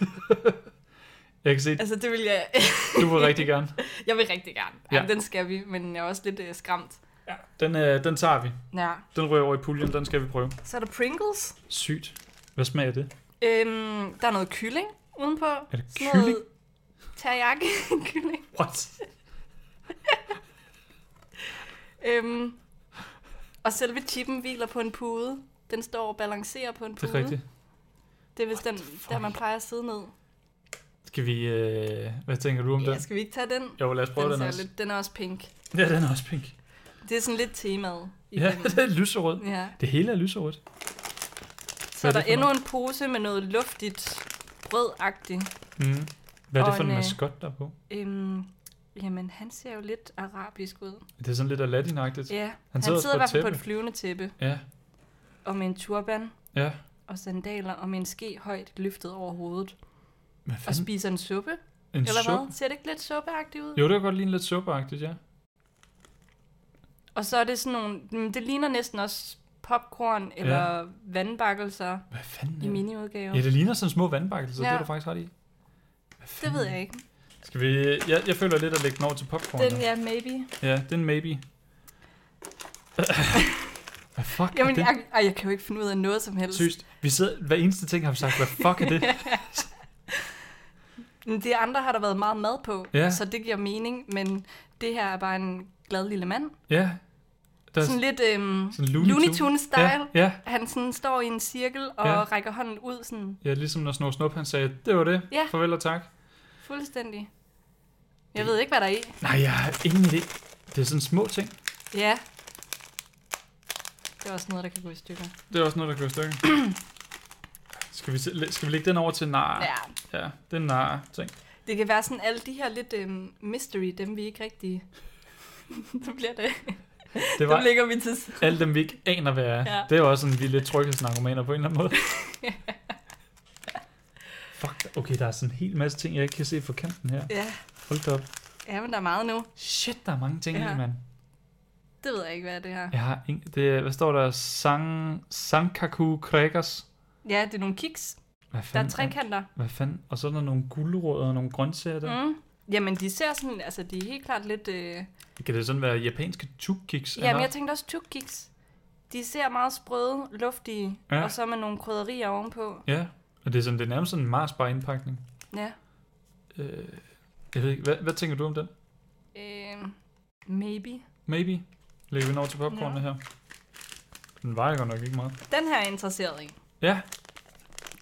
A: Jeg kan se,
B: altså, det vil jeg...
A: du vil rigtig gerne.
B: jeg vil rigtig gerne.
A: Ja.
B: Ja. den skal vi, men jeg er også lidt uh, skræmt.
A: Ja, den, øh, den tager vi.
B: Ja.
A: Den ryger over i puljen, den skal vi prøve.
B: Så er der Pringles.
A: Sygt. Hvad smager det?
B: Øhm, der er noget kylling udenpå. Er
A: det kylling?
B: teriyaki kylling.
A: What?
B: Øhm, og selve chippen hviler på en pude. Den står og balancerer på en
A: Det
B: pude.
A: er rigtigt.
B: Det er vist den,
A: fuck?
B: der man plejer at sidde ned.
A: Skal vi... Øh, hvad tænker du om
B: Ja,
A: den?
B: skal vi ikke tage den?
A: Jo, lad os prøve den,
B: den,
A: den
B: ser
A: også.
B: lidt, den er også pink.
A: Ja, den er også pink.
B: Det er sådan lidt temaet. i
A: Ja,
B: den.
A: det er lyserød.
B: ja.
A: Det hele er lyserødt.
B: Så
A: er
B: er der
A: det for
B: endnu en pose med noget luftigt brødagtigt.
A: Mm. Hvad er det
B: Og
A: for en
B: en, øh,
A: maskot, der er på?
B: Øhm, jamen, han ser jo lidt arabisk ud.
A: Det er sådan lidt aladdin-agtigt.
B: Ja, han
A: Altså, sidder også
B: sidder, han
A: på
B: sidder i
A: et
B: hvert fald på
A: tæppe.
B: et flyvende tæppe,
A: Ja.
B: og med en turban
A: ja.
B: og sandaler, og med en ske højt løftet over hovedet,
A: Hvad
B: og
A: fanden?
B: spiser en suppe,
A: En
B: eller
A: suppe?
B: hvad? Ser det ikke lidt suppeagtigt ud?
A: Jo, det kan godt ligne lidt suppeagtigt, ja.
B: Og så er det sådan nogle, mm, det ligner næsten også popcorn eller vandbakkelser
A: Hvad fanden?
B: i
A: er det?
B: miniudgave.
A: Ja, det ligner sådan små vandbakkelser, ja. det
B: Ja.
A: er du faktisk ret i. Hvad
B: Det
A: fanden?
B: ved jeg ikke.
A: Skal vi... Jeg, jeg føler lidt at lægge den over til popcorn.
B: Den, ja, maybe.
A: ja den maybe. hvad fuck er
B: Jamen,
A: det?
B: jeg, ej, jeg kan jo ikke finde ud af noget som helst.
A: Seriøst, vi sidder, hver eneste ting har vi sagt, hvad fuck er det?
B: Men De andre har der været meget mad på,
A: Ja.
B: så det giver mening, men det her er bare en glad lille mand.
A: ja. Der er
B: Sådan lidt øhm,
A: sådan
B: Looney Tunes-style.
A: Ja, ja,
B: Han sådan står i en cirkel og
A: Ja.
B: ja. rækker hånden ud sådan
A: ja, ligesom når Snor Snup han sagde, det var det,
B: Ja.
A: farvel og tak.
B: fuldstændig. Jeg
A: Det-
B: ved ikke, hvad der er i.
A: Nej, jeg har ingen idé. Det er sådan små ting.
B: Ja. Det er også noget, der kan gå i stykker.
A: Det er også noget, der kører stykker. skal, vi, se- skal vi lægge den over til nar?
B: Ja.
A: ja det er nar ting.
B: Det kan være sådan alle de her lidt øhm, mystery, dem vi ikke rigtig... Så bliver det.
A: Det
B: Dem
A: var
B: ligger vi til side.
A: alle dem, vi ikke aner, hvad er.
B: Ja.
A: Det er også sådan, vi er lidt tryghedsnarkomaner på en eller anden måde. Fuck, okay, der er sådan en hel masse ting, jeg ikke kan se fra kanten her.
B: Ja.
A: Hold da op.
B: ja, men der er meget nu.
A: Shit, der er mange ting ja.
B: Ja.
A: i, mand.
B: Det ved jeg ikke, hvad er det her. Ja,
A: Jeg har ingen, det, er- hvad står der? Sang, Sankaku Crackers.
B: ja det er nogle kiks.
A: Hvad
B: Der er
A: fanden?
B: trekanter.
A: Hvad fanden? Og så er der nogle gulerødder og nogle grøntsager der. Mm.
B: Mm. Jamen, de ser sådan... Altså, de er helt klart lidt... Øh...
A: Kan det sådan være japanske tukkiks?
B: Jamen, jeg tænkte også tukkiks. De ser meget sprøde, luftige,
A: Ja.
B: ja. og så med nogle krydderier ovenpå.
A: Ja, og det er, sådan, det er nærmest sådan en Mars bare indpakning.
B: Ja.
A: Øh, jeg ved ikke, hvad, hvad tænker du om den?
B: Øh, maybe.
A: Maybe? Lægger vi den over til popcornet her? Den vejer godt nok ikke meget.
B: Den her er jeg interesseret i.
A: Ja,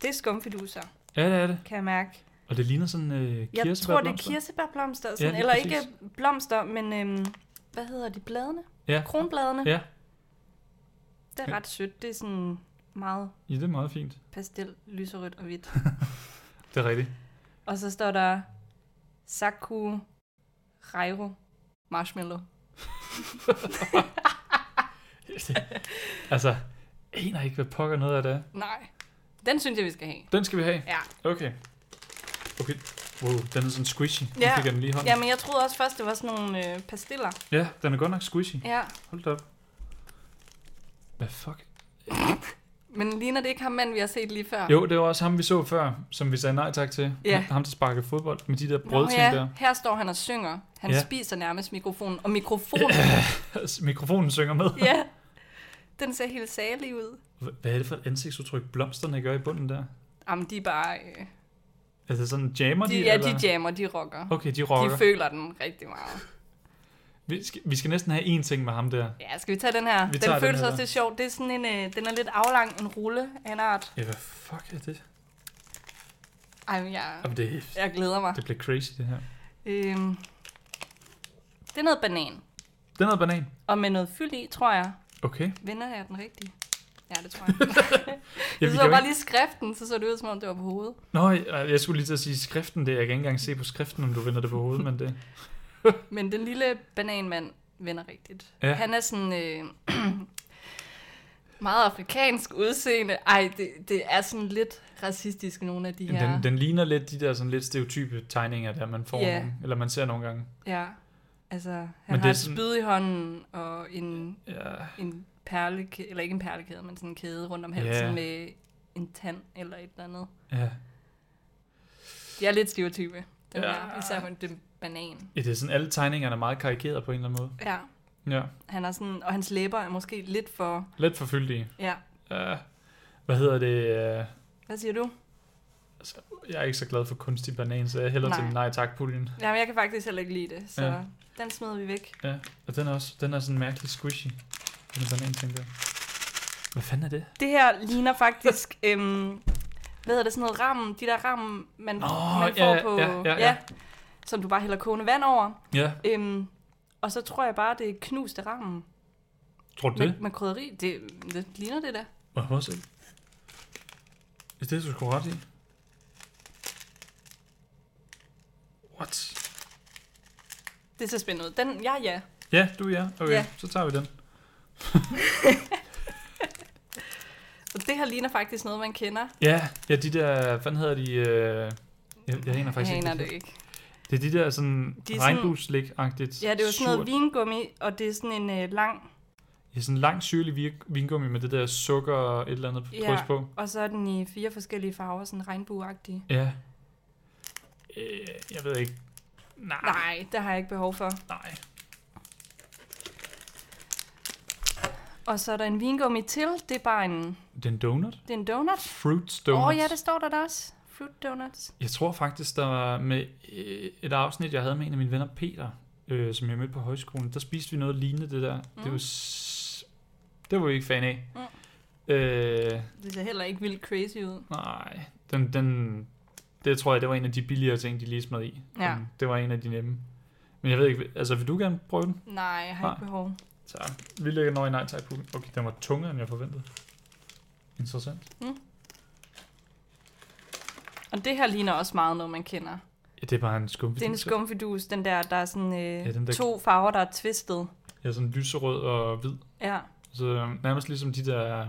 B: Det er skumfiduser,
A: ja det er det.
B: kan jeg mærke.
A: Og det ligner sådan øh,
B: Jeg tror, det
A: kirsebærblomster.
B: er kirsebærblomster. Sådan,
A: lige
B: eller
A: præcis.
B: ikke blomster, men øhm, hvad hedder de? Bladene?
A: Ja.
B: Kronbladene?
A: Ja.
B: Det er
A: Ja.
B: ret sødt. Det er sådan meget
A: Ja, det er meget fint.
B: pastel, lyserødt og hvidt.
A: Det er rigtigt.
B: og så står der Saku Reiro Marshmallow.
A: altså, jeg aner ikke, hvad pokker noget af det er.
B: Nej, den synes jeg, vi skal have.
A: Den skal vi have.
B: Ja.
A: Okay. Okay. Wow, den er sådan squishy. Nu
B: Ja.
A: fik jeg den lige i hånden.
B: Jamen, jeg troede også først, det var sådan nogle øh, pastiller.
A: Ja, den er godt nok squishy.
B: Ja,
A: Hold da op. Hvad fuck?
B: men ligner det ikke ham mand, vi har set lige før?
A: Jo, det var også ham, vi så før, som vi sagde nej tak til.
B: Ja.
A: Ham, der sparkede fodbold med de der
B: Nå
A: brødting
B: ja,
A: der.
B: her står han og synger. Han
A: Ja.
B: spiser nærmest mikrofonen, og mikrofonen,
A: Mikrofonen synger med.
B: ja, den ser helt salig ud.
A: H- Hvad er det for et ansigtsudtryk, blomsterne gør i bunden der?
B: Jamen, de er bare... Øh,
A: Altså sådan jammer de,
B: de, ja,
A: eller?
B: de jammer, de rocker.
A: Okay, de
B: De
A: rocker.
B: føler den rigtig meget.
A: vi, skal, vi skal næsten have én ting med ham der.
B: Ja, skal vi tage den her?
A: Vi tager den
B: den føles
A: her.
B: også lidt sjov. Det er sådan en, øh, den er lidt aflang, en rulle af en art.
A: Ja, hvad fuck er det?
B: Ej, men jeg,
A: Jamen, det,
B: jeg glæder mig.
A: det bliver crazy, det her.
B: Øhm, Det er noget banan.
A: Den er noget banan.
B: Og med noget fyld i, tror jeg.
A: Okay.
B: Vender jeg den rigtige? Ja, det tror jeg.
A: Ja,
B: Jeg
A: vi
B: så
A: kan jo
B: bare
A: ikke...
B: lige skriften, så så det ud, som om det var på hovedet.
A: Nå, jeg, jeg skulle lige til at sige skriften det. Jeg kan ikke engang se på skriften, om du vender det på hovedet, men det...
B: Men den lille bananmand vender rigtigt.
A: Ja.
B: Ja. Han er sådan øh, meget afrikansk udseende. Ej, det, det er sådan lidt racistisk, nogle af de her.
A: Den, den ligner lidt de der sådan lidt stereotype tegninger, der man får
B: Ja.
A: yeah. nogle, eller man ser nogle gange.
B: Ja, altså han
A: Men det
B: har
A: er
B: et
A: sådan-
B: spyd i hånden og en,
A: Ja,
B: en perlekæde, eller ikke en perlekæde, men sådan en kæde rundt om
A: Ja.
B: halsen med en tand eller et eller andet.
A: ja.
B: De er lidt stereotype, dem
A: Ja.
B: ja. her, især på den banan.
A: ja det er sådan, alle tegningerne er meget karikeret på en eller anden måde.
B: Ja,
A: Ja,
B: han er sådan, og hans læber er måske lidt for,
A: lidt forfyldige.
B: ja,
A: Ja. Hvad hedder det? øh,
B: hvad siger du?
A: Jeg er ikke så glad for kunstig banan, så jeg hælder nej.
B: Nej.
A: til nej tak puljen.
B: Jamen, jeg kan faktisk heller ikke lide det, så
A: Ja.
B: ja. den smider vi væk.
A: Ja, og den er også den er sådan mærkelig squishy. Den er banan, tænker jeg. Hvad fanden er det?
B: Det her ligner faktisk, øhm, hvad hedder det, sådan noget ram, de der ram, man,
A: Nå,
B: man får
A: ja,
B: på,
A: ja, ja, ja.
B: som du bare hælder kogende vand over.
A: Ja,
B: Øhm, og så tror jeg bare, det er knuste rammen
A: tror du det?
B: med, med krydderi. Det, det ligner det der.
A: Må jeg prøve at se? Ja, Det er du sgu ret i. What?
B: Det ser spændende ud. Den, ja, ja.
A: Ja, du er ja. Okay,
B: Ja.
A: så tager vi den.
B: Og det her ligner faktisk noget, man kender.
A: Ja, ja de der, hvad fanden hedder de? Øh, jeg, jeg aner faktisk
B: jeg
A: ikke.
B: aner
A: hvad
B: det
A: de
B: ikke.
A: hedder. Det er de der sådan
B: De er sådan-
A: regnbueslik-agtigt.
B: Ja, det er jo sådan noget
A: surt-
B: vingummi, og det er sådan en øh, lang,
A: Ja, sådan en lang syrlig vir- vingummi med det der sukker og et eller andet
B: Ja.
A: kryds på.
B: og så er den i fire forskellige farver, sådan regnbueagtig.
A: Ja. Øh, jeg ved ikke. Nej.
B: Nej, det har jeg ikke behov for.
A: Nej.
B: Og så er der en vingummi til. Det er bare en,
A: Den donut?
B: det er en donut.
A: Fruit
B: Åh
A: donuts.
B: oh, ja, det står der da også. Fruit donuts.
A: Jeg tror faktisk, der var med øh, et afsnit, jeg havde med en af mine venner, Peter, øh, som jeg mødte på højskolen, der spiste vi noget lignende det der. Mm. Det,
B: Mm.
A: var s- det var vi ikke fan af. Mm. Øh,
B: Det ser heller ikke vildt crazy ud.
A: nej, den, den, det tror jeg, det var en af de billigere ting, de lige smed i.
B: Ja.
A: Den- Det var en af de nemme. Men jeg ved ikke, altså vil du gerne prøve den?
B: Nej, jeg har ikke
A: Nej.
B: behov.
A: Så vi lægger nøje nej tak på. Okay, den var tungere, end jeg forventede. Interessant.
B: Og det her ligner også meget noget, man kender.
A: Ja, det er bare en skumfidus.
B: Det er en skumfidus, den der, der er sådan øh, ja,
A: den der-
B: der... to farver, der er twistet.
A: Ja, sådan lyserød og hvid.
B: Ja,
A: Så øh, nærmest ligesom de der,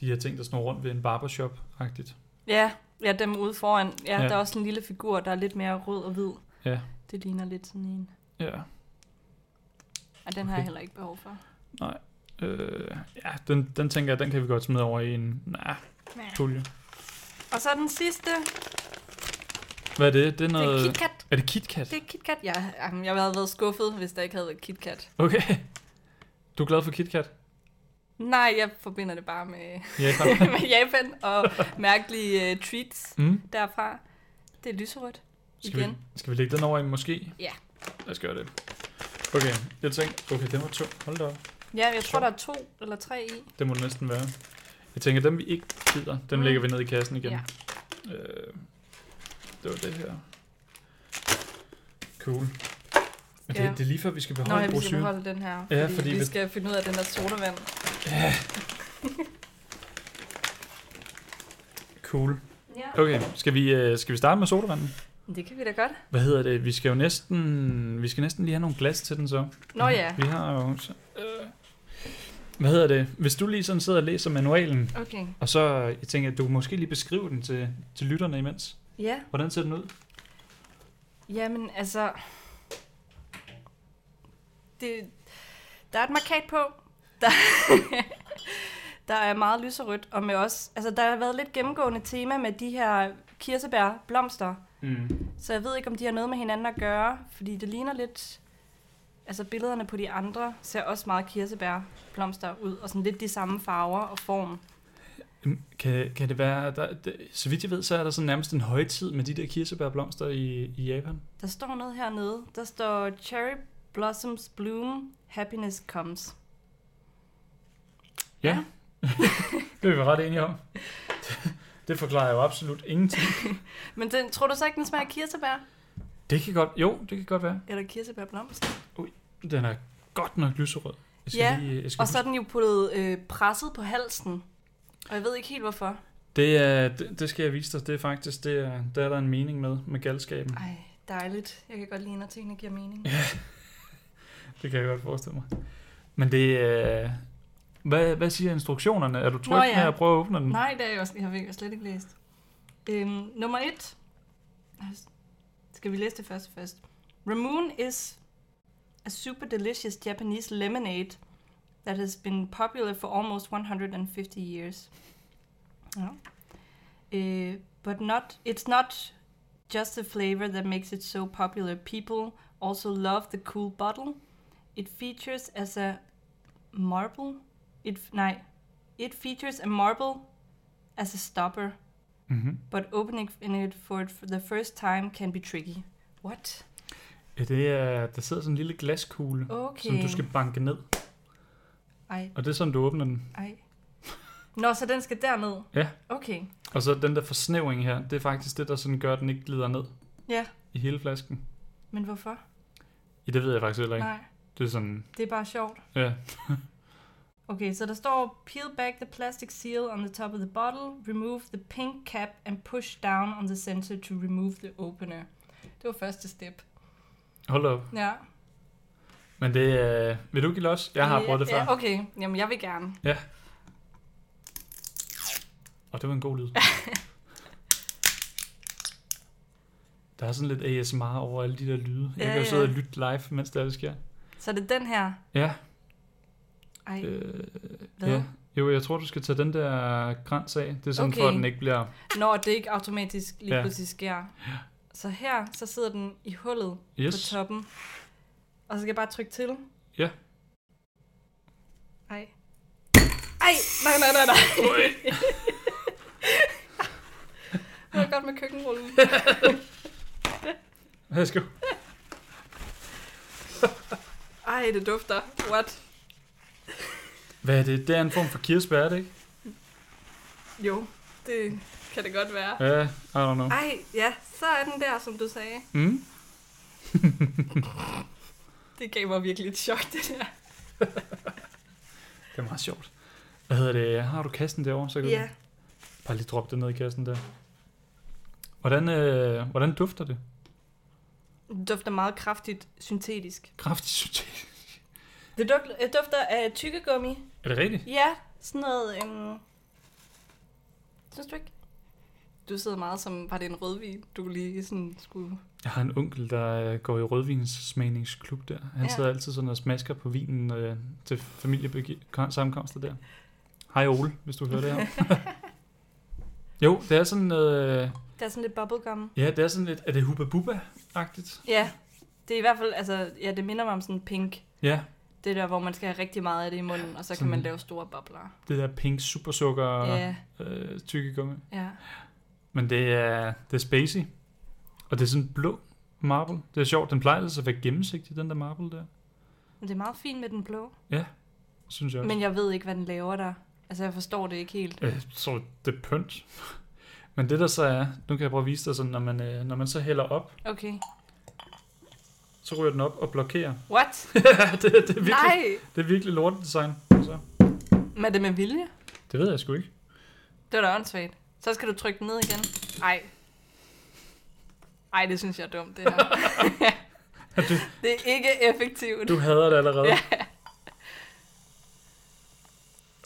A: de her ting, der snor rundt ved en barbershop-agtigt.
B: ja, ja dem ude foran. Ja,
A: Ja.
B: ja, der er også en lille figur, der er lidt mere rød og hvid.
A: Ja.
B: Det ligner lidt sådan en.
A: Ja.
B: Og den okay. har
A: Okay.
B: jeg heller ikke behov for.
A: Øh, ja, den, den tænker jeg, den kan vi godt smide over i en nah, pulje.
B: Og så den sidste,
A: Hvad er det? Det er
B: det er
A: noget...
B: KitKat.
A: er det KitKat?
B: Det er KitKat. Jeg, jamen, jeg havde været skuffet, hvis der ikke havde været KitKat.
A: Okay. Du er glad for KitKat?
B: Nej, jeg forbinder det bare med,
A: Ja, klar.
B: med Japan og mærkelige uh, treats
A: mm.
B: derfra. Det er lyserødt.
A: skal, vi,
B: Igen.
A: skal vi lægge den over i måske?
B: Ja.
A: Lad os gøre det. Okay, jeg tænkte, okay, den var tung. Hold da op.
B: Ja, jeg tror, der er to eller tre i.
A: Det må det næsten være. Jeg tænker, dem vi ikke gider, dem
B: Mm.
A: lægger vi ned i kassen igen.
B: Ja.
A: Øh, det var det her. Cool. Ja.
B: Ja.
A: Det, det er lige før, vi skal
B: Nå,
A: beholde
B: ja, vi skal
A: brochuren.
B: beholde den her,
A: Ja,
B: fordi,
A: fordi
B: vi
A: hvis-
B: skal finde ud af den der sodavand.
A: Cool.
B: Ja.
A: Okay, skal vi, øh, skal vi starte med sodavanden?
B: Det kan vi da godt.
A: Hvad hedder det? Vi skal jo næsten, vi skal næsten lige have nogle glas til den så.
B: Nå ja,
A: Vi har jo... Så, øh, hvad hedder det? Hvis du lige sådan sidder og læser manualen,
B: okay.
A: og så øh, jeg tænker, at du måske lige beskriver den til, til lytterne imens.
B: Ja,
A: Hvordan ser den ud?
B: jamen altså... Det, der er et markat på. Der, der er meget lyserødt, og med os... Altså, der har været lidt gennemgående tema med de her kirsebærblomster.
A: Mm.
B: Så jeg ved ikke, om de har noget med hinanden at gøre, fordi det ligner lidt... Altså, billederne på de andre ser også meget kirsebærblomster ud, og sådan lidt de samme farver og form.
A: Øhm, Kan, kan det være, at der, det, så vidt jeg ved, så er der sådan nærmest en højtid med de der kirsebærblomster i, i Japan.
B: Der står noget hernede. Der står Cherry Blossoms Bloom, Happiness Comes.
A: Ja. det er vi ret enige om. Det, det forklarer jo absolut ingenting.
B: Men den, tror du så ikke, den smager af kirsebær?
A: Det kan godt, jo, det kan godt være.
B: Eller kirsebærblomst.
A: Den er godt nok lyserød. Jeg
B: Ja,
A: lige, jeg skal
B: Og så er den jo puttet øh, presset på halsen. Og jeg ved ikke helt hvorfor.
A: Det, er, det, det skal jeg vise dig. Det er faktisk, det er, der er der en mening med, med galskaben.
B: Ej, dejligt. Jeg kan godt lide, når tingene giver mening.
A: Det kan jeg godt forestille mig. Men det er... Hvad, hvad siger instruktionerne? Er du tryg
B: ja.
A: med at prøve at åbne den?
B: Nej, det er jeg også. Jeg har virkelig slet ikke læst. Øhm, nummer et. Skal vi læse det første først? Ramune is a super delicious Japanese lemonade that has been popular for almost 150 years. Ja. Øh, but not, it's not just the flavor that makes it so popular. People also love the cool bottle. It features as a marble. It, nej, it features a marble as a stopper,
A: Mm-hmm.
B: but opening it for it for the first time can be tricky. What?
A: Ja, det er, der sidder sådan en lille glaskugle,
B: Okay.
A: som du skal banke ned.
B: Ej,
A: Og det er sådan, du åbner den.
B: ej. Nå, så den skal derned?
A: Ja.
B: Okay.
A: Og så den der forsnævring her, det er faktisk det, der sådan gør, at den ikke glider ned
B: Ja,
A: i hele flasken.
B: men hvorfor?
A: Ja, det ved jeg faktisk heller ikke.
B: Nej,
A: Det er sådan,
B: det er bare sjovt.
A: ja.
B: Okay, så der står, peel back the plastic seal on the top of the bottle, remove the pink cap and push down on the sensor to remove the opener. Det var første step.
A: Hold op.
B: Ja.
A: Men det er... øh, Vil du give los? Jeg har prøvet det før.
B: Ja, okay, jamen jeg vil gerne.
A: Og det var en god lyd. der er sådan lidt ASMR over alle de der lyde. Jeg
B: Ja,
A: kan jo
B: ja.
A: sidde og lytte live, mens det er, det sker.
B: Så er det den her?
A: Ja.
B: Ej,
A: Øh,
B: hvad?
A: ja. Jo, jeg tror, du skal tage den der græns af. Det er sådan, okay. for at
B: Okay.
A: den ikke bliver...
B: Når det ikke automatisk lige
A: Ja.
B: ja. pludselig sker. Så her, så sidder den i hullet yes.
A: Yes.
B: på toppen. Og så skal jeg bare trykke til.
A: Ja.
B: Ej. Ej, nej, nej, nej, nej. Det var godt med køkkenrullen.
A: Værsgo.
B: Ej, det dufter. What?
A: Hvad er det? Det er en form for kirsebær, er det ikke?
B: Jo, det kan det godt være.
A: Ja, uh, I don't know.
B: Ej, ja, så er den der, som du sagde.
A: Mm?
B: Det gav mig virkelig et chok, det der.
A: Det er meget sjovt. Hvad hedder det? Har du kassen derovre? Så kan
B: Ja.
A: du bare lige droppe det ned i kassen der. Hvordan, øh, hvordan dufter det?
B: Den dufter meget kraftigt syntetisk.
A: Kraftigt sorteret.
B: Det dufter, øh, dufter af tykkegummi.
A: Er det rigtigt?
B: Ja, sådan noget... Øhm... Synes du ikke? Du sidder meget som... Var det en rødvin, du lige sådan skulle...
A: Jeg har en onkel, der øh, går i rødvinssmagningsklub der. Han ja.
B: Ja.
A: sidder altid sådan og smasker på vinen øh, til familiesammenkomster der. Hej Ole, hvis du hører det her. jo, det er sådan, øh,
B: Der er sådan lidt bubblegum.
A: ja, det er sådan lidt, er det Hubba Bubba-agtigt?
B: Ja, det er i hvert fald... Altså, ja, det minder mig om sådan en pink.
A: Ja,
B: Det der, hvor man skal have rigtig meget af det i munden, og så kan
A: Sådan-
B: man lave store bobler.
A: det der pink supersukker
B: Ja,
A: øh, tykkegummi.
B: ja.
A: Men det er, det er spacey. Og det er sådan blå marble. Det er sjovt, den plejer altså at være gennemsigtig, den der marble der.
B: Men det er meget fint med den blå.
A: Synes jeg også.
B: Men jeg ved ikke, hvad den laver der. Altså, jeg forstår det ikke helt.
A: Øh, så det er pynt. Men det der så er, nu kan jeg prøve at vise dig sådan, når man, øh, når man så hælder op,
B: Okay.
A: så ryger den op og blokerer.
B: What?
A: det, det, er virkelig,
B: Nej!
A: det er virkelig lortet design. Så,
B: Men er det med vilje?
A: det ved jeg sgu ikke.
B: Det var da åndssvagt. Så skal du trykke den ned igen. Ej. Ej, det synes jeg er dumt, det her. det er ikke effektivt.
A: Du hader det allerede. Ja.